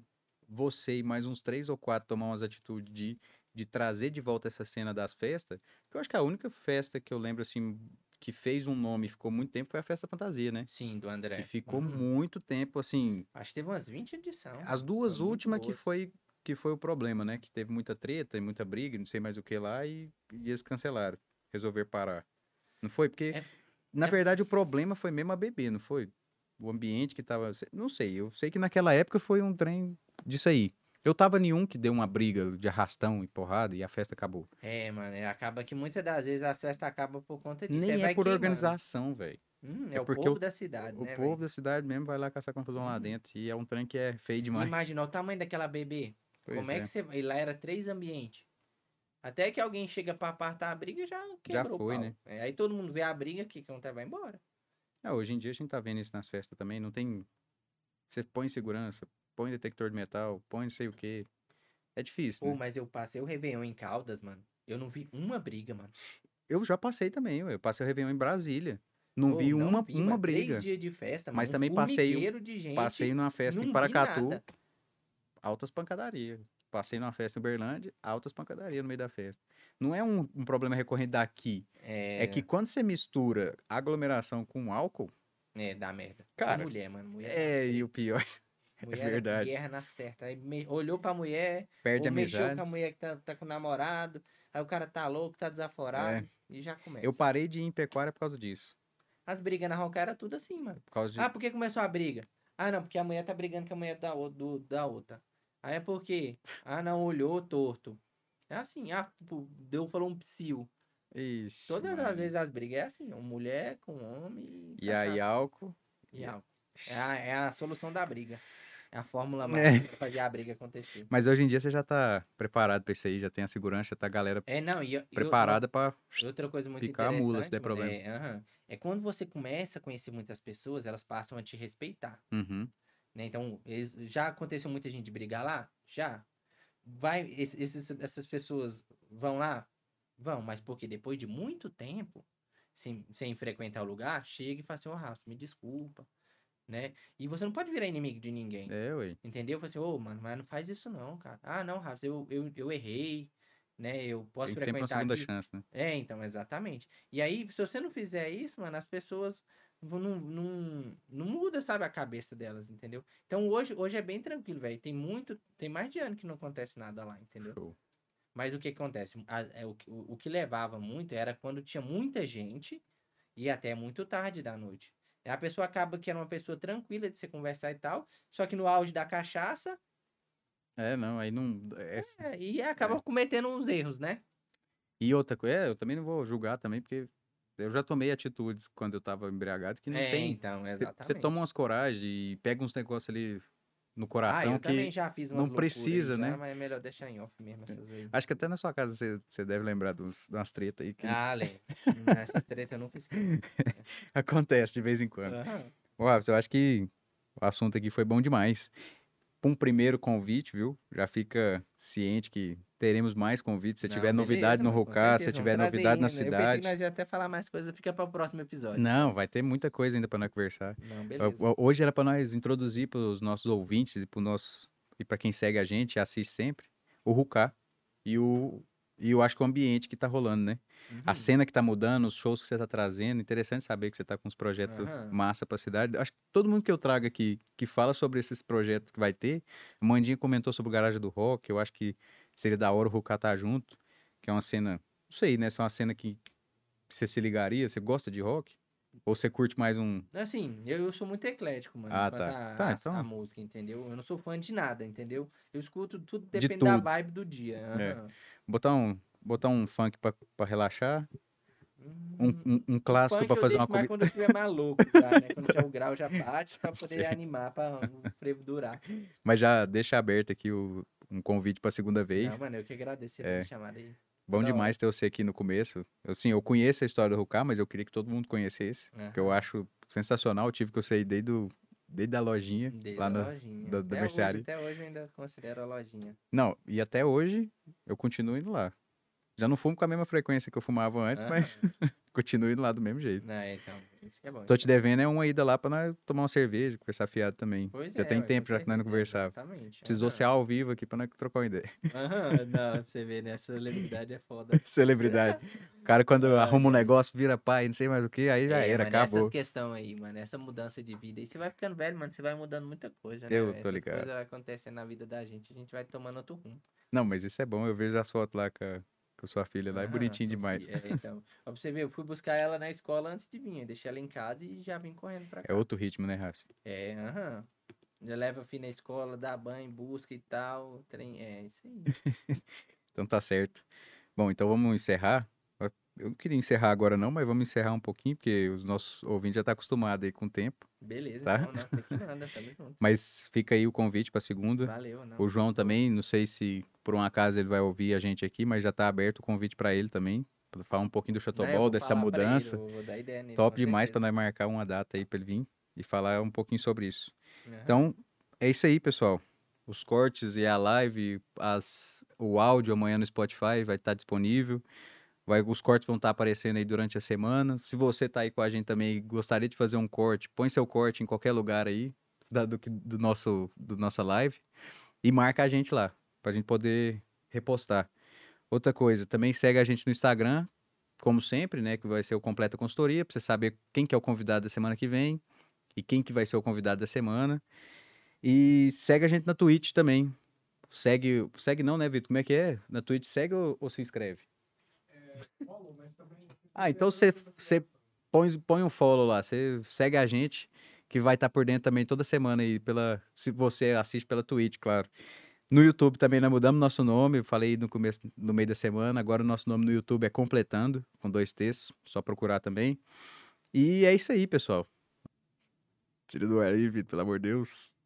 A: você e mais uns três ou quatro tomar umas atitudes de, de trazer de volta essa cena das festas, que eu acho que a única festa que eu lembro, assim, que fez um nome e ficou muito tempo foi a Festa Fantasia, né?
B: Sim, do André.
A: Que ficou
B: Uhum.
A: muito tempo, assim.
B: Acho que teve umas 20 edições.
A: As duas
B: foi É muito
A: últimas que
B: boas.
A: foi, que foi o problema, né? Que teve muita treta e muita briga, e não sei mais o que lá, e, e eles cancelaram. Resolveram parar. Não foi? Porque,
B: É-
A: na
B: é-
A: verdade, o problema foi mesmo a bebê, não foi? O ambiente que tava. se- Não sei, eu sei que naquela época foi um trem disso aí. Eu tava em um que deu uma briga de arrastão e porrada e a festa acabou.
B: É, mano, é, acaba que muitas das vezes as festas acabam por conta disso. aí
A: Nem é
B: vai
A: por
B: queimando.
A: organização, velho.
B: Hum, é,
A: É
B: o
A: porque
B: povo
A: o-
B: da cidade,
A: O
B: né,
A: povo
B: velho?
A: da cidade mesmo vai lá caçar confusão lá
B: Uhum.
A: dentro. E é um trem que é feio demais.
B: Imagina o tamanho daquela bebê.
A: Pois
B: Como é. que você... E lá era três ambientes. Até que alguém chega pra apartar a briga, já
A: Já
B: quebrou o
A: foi,
B: pau.
A: né?
B: É, aí todo mundo vê a briga, o que que acontece? Vai embora.
A: É, hoje em dia a gente tá vendo isso nas festas também, não tem. Você põe segurança, põe detector de metal, põe não sei o quê. É difícil,
B: Pô,
A: né?
B: mas eu passei o Réveillon em Caldas, mano. Eu não vi uma briga, mano.
A: Eu já passei também, ué, eu passei o Réveillon em Brasília. Não
B: Pô,
A: vi uma,
B: vi,
A: uma
B: mano.
A: briga.
B: Três dias de festa,
A: Mas
B: mano, um
A: também passei o-
B: formigueiro de gente.
A: Passei numa festa
B: não
A: em
B: vi
A: Paracatu,
B: nada.
A: altas pancadarias. Passei numa festa em Uberlândia, altas pancadarias no meio da festa. Não é um, um problema recorrente daqui. É.
B: É,
A: que quando você mistura aglomeração com álcool,
B: é, dá merda.
A: Cara,
B: É mulher, mano. Mulher,
A: é, e o pior,
B: mulher
A: verdade.
B: Guerra na certa. Aí me- olhou pra mulher,
A: perde a
B: ou mexeu
A: amizade.
B: com a mulher que tá, tá com o namorado. Aí o cara tá louco, tá desaforado. E já começa.
A: É. Eu parei de ir em pecuária por causa disso.
B: As brigas na Roca era tudo assim, mano.
A: Por causa de.
B: Ah, por que começou a briga? Ah, não, porque a mulher tá brigando com a mulher da, o- do- da outra. Aí é porque. Ah, não, olhou torto. É assim, ah, pô, deu, falou um psiu.
A: Ixi,
B: Todas
A: Maria.
B: as vezes as brigas é assim, ó, mulher com homem
A: E aí,
B: cachaça.
A: álcool.
B: E álcool. É a, é a solução da briga. É a fórmula
A: É.
B: mágica pra fazer a briga acontecer.
A: Mas hoje em dia você já tá preparado pra isso aí, já tem a segurança, já tá a galera
B: É, não, e, e outra-
A: preparada pra.
B: E outra coisa muito
A: Picar a
B: interessante. né,
A: mula, se der
B: mano,
A: problema.
B: É, aham, é quando você começa a conhecer muitas pessoas, elas passam a te respeitar.
A: Uhum,
B: né? Então, eles, já aconteceu muita gente brigar lá? Já. Vai, es- esses, essas pessoas vão lá? Vão, mas porque depois de muito tempo, sem, sem frequentar o lugar, chega e fala assim, ô Rafa, me desculpa, né? E você não pode virar inimigo de ninguém.
A: É, ué.
B: Entendeu? Eu falei assim, ô, mano, mas não faz isso não, cara. Ah, não, Rafa, eu, eu, eu errei, né? Eu posso
A: Tem sempre uma
B: frequentar
A: segunda
B: aqui.
A: chance, né?
B: É, então, exatamente. E aí, se você não fizer isso, mano, as pessoas vão- não, não, não muda, sabe, a cabeça delas, entendeu? Então, hoje, hoje é bem tranquilo, velho. Tem muito, tem mais de ano que não acontece nada lá, entendeu?
A: Show.
B: Mas o que acontece? A- é, o, que- o- o que levava muito era quando tinha muita gente e até é muito tarde da noite. A pessoa acaba que era uma pessoa tranquila de se conversar e tal, só que no auge da cachaça,
A: É, não, aí não. é-
B: é, e acaba cometendo uns erros, né?
A: E outra coisa, é, eu também não vou julgar também, porque eu já tomei atitudes quando eu tava embriagado que não
B: é,
A: tem.
B: então,
A: Você-
B: exatamente.
A: Você toma umas coragem e pega uns negócios ali no
B: ah,
A: coração
B: eu também
A: que.
B: já fiz
A: não
B: umas loucuras aí
A: precisa,
B: já,
A: né?
B: Mas é melhor deixar em off mesmo essas aí.
A: Acho que até na sua casa você, você deve lembrar de uns- de umas tretas aí que
B: Ah, lembro. Essas tretas eu nunca esqueci.
A: acontece de vez em quando.
B: Aham.
A: Ô, Rafa, eu acho que o assunto aqui foi bom demais. Um primeiro convite, viu? Já fica ciente que teremos mais convites. Se
B: Ah, Não,
A: tiver
B: beleza,
A: novidade no
B: mano, com
A: Rocar, se
B: certeza,
A: tiver
B: vamos trazer
A: novidade na
B: ainda. Eu pensei que
A: cidade.
B: nós ia até falar mais coisas, fica para o próximo episódio.
A: Não, vai ter muita coisa ainda para nós conversar.
B: Não,
A: Ho-
B: beleza.
A: ho- Hoje era para nós introduzir para os nossos ouvintes e para nosso e para quem segue a gente, e assiste sempre, o Rucá e o e eu acho que o ambiente que tá rolando, né? A
B: Uhum.
A: cena que tá mudando, os shows que você tá trazendo, interessante saber que você tá com uns projetos
B: Aham.
A: massa para a cidade. Acho que todo mundo que eu trago aqui que fala sobre esses projetos que vai ter, o Mandinha comentou sobre o Garagem do Rock, eu acho que seria da hora o Rucá tá junto, que é uma cena, não sei, né, se é uma cena que você se ligaria, você gosta de rock? Ou você curte mais um
B: Assim, eu, eu sou muito eclético, mano.
A: Ah,
B: quanto
A: tá.
B: A,
A: Tá,
B: a-
A: então-
B: a música, entendeu? Eu não sou fã de nada, entendeu? Eu escuto tudo,
A: De
B: depende da
A: tudo.
B: vibe do dia.
A: É.
B: aham.
A: Botar um, botar um funk pra, pra relaxar, um,
B: Hum,
A: um, um clássico
B: funk
A: pra
B: eu
A: fazer uma
B: deixo mais
A: comida.
B: quando eu estiver maluco, já, né? Quando já o grau já bate, pra poder
A: certo.
B: animar, pra o frevo durar.
A: Mas já deixa aberto aqui o, um convite pra segunda vez.
B: Não, mano, eu que agradeço você
A: É.
B: ter me chamado aí.
A: Bom
B: da
A: demais ter você aqui no começo. Eu, Assim, eu conheço a história do Ruká, mas eu queria que todo mundo conhecesse,
B: Aham.
A: que eu acho sensacional. Eu tive que eu saí desde, o- desde a lojinha.
B: Desde
A: lá
B: a
A: na-
B: lojinha.
A: da- da
B: até
A: mercearia.
B: Hoje, até hoje eu ainda considero a lojinha.
A: Não, e até hoje eu continuo indo lá. Já não fumo com a mesma frequência que eu fumava antes,
B: Aham.
A: mas continuo indo lá do mesmo jeito.
B: Não, é, então, isso que é bom.
A: Tô te devendo é uma ida lá pra nós tomar uma cerveja, conversar fiado também.
B: Pois
A: já
B: é,
A: tem
B: ué,
A: tempo
B: com
A: já que nós não
B: certeza, É
A: conversávamos.
B: Exatamente.
A: Precisou
B: aham.
A: ser ao vivo aqui pra nós trocar uma ideia.
B: Aham, não, pra você ver, né? Essa celebridade é foda.
A: Celebridade. O cara, quando arruma um negócio, vira pai, não sei mais o que, aí já
B: É,
A: era,
B: mano,
A: acabou.
B: Essas questões aí, mano, essa mudança de vida. E você vai ficando velho, mano, você vai mudando muita coisa, né?
A: Eu
B: velho?
A: tô ligado.
B: Essas coisas vai acontecendo na vida da gente, a gente vai tomando outro rumo.
A: Não, mas isso é bom, eu vejo as fotos lá com a, com sua filha lá, é
B: Aham,
A: bonitinho
B: Ah, Sofia,
A: demais.
B: É, então. Ó, pra você ver, eu fui buscar ela na escola antes de vir, eu deixei ela em casa e já vim correndo pra
A: É
B: cá.
A: outro ritmo, né, Rafa?
B: É, aham. Já leva a filha na escola, dá banho, busca e tal. Trem, é isso aí.
A: Então tá certo. Bom, então vamos encerrar. Eu não queria encerrar agora não, mas vamos encerrar um pouquinho, porque os nossos ouvintes já estão acostumados aí com o tempo.
B: Beleza,
A: Tá.
B: então, nossa, que nada, tamo junto.
A: Mas fica aí o convite pra segunda.
B: Valeu, não.
A: O João também, não sei se por um acaso ele vai ouvir a gente aqui, mas já tá aberto o convite pra ele também, pra falar um pouquinho do
B: Não, Né, eu
A: Chotobol,
B: vou
A: dessa
B: falar pra
A: mudança.
B: ele, eu vou dar ideia nele,
A: Top
B: com
A: demais para
B: certeza.
A: nós marcar uma data aí para ele vir e falar um pouquinho sobre isso.
B: Aham.
A: Então, é isso aí, pessoal. Os cortes e a live, as, o áudio amanhã no Spotify vai estar disponível. Vai, os cortes vão estar aparecendo aí durante a semana. Se você tá aí com a gente também e gostaria de fazer um corte, põe seu corte em qualquer lugar aí da, do, que- do nosso do nossa live e marca a gente lá pra gente poder repostar. Outra coisa, também segue a gente no Instagram, como sempre, né, que vai ser o Completa Consultoria, pra você saber quem que é o convidado da semana que vem e quem que vai ser o convidado da semana. E segue a gente na Twitch também. Segue, segue não, né, Vitor? Como é que é? Na Twitch segue ou, ou se inscreve? Ah, então você você põe, põe um follow lá, você segue a gente, que vai estar por dentro também toda semana aí, pela, se você assiste pela Twitch, claro. No YouTube também nós mudamos nosso nome, eu falei no começo, no meio da semana, agora o nosso nome no YouTube é Completando, com dois T's, só procurar também. E é isso aí, pessoal. Tira do ar aí, Vitor, pelo amor de Deus.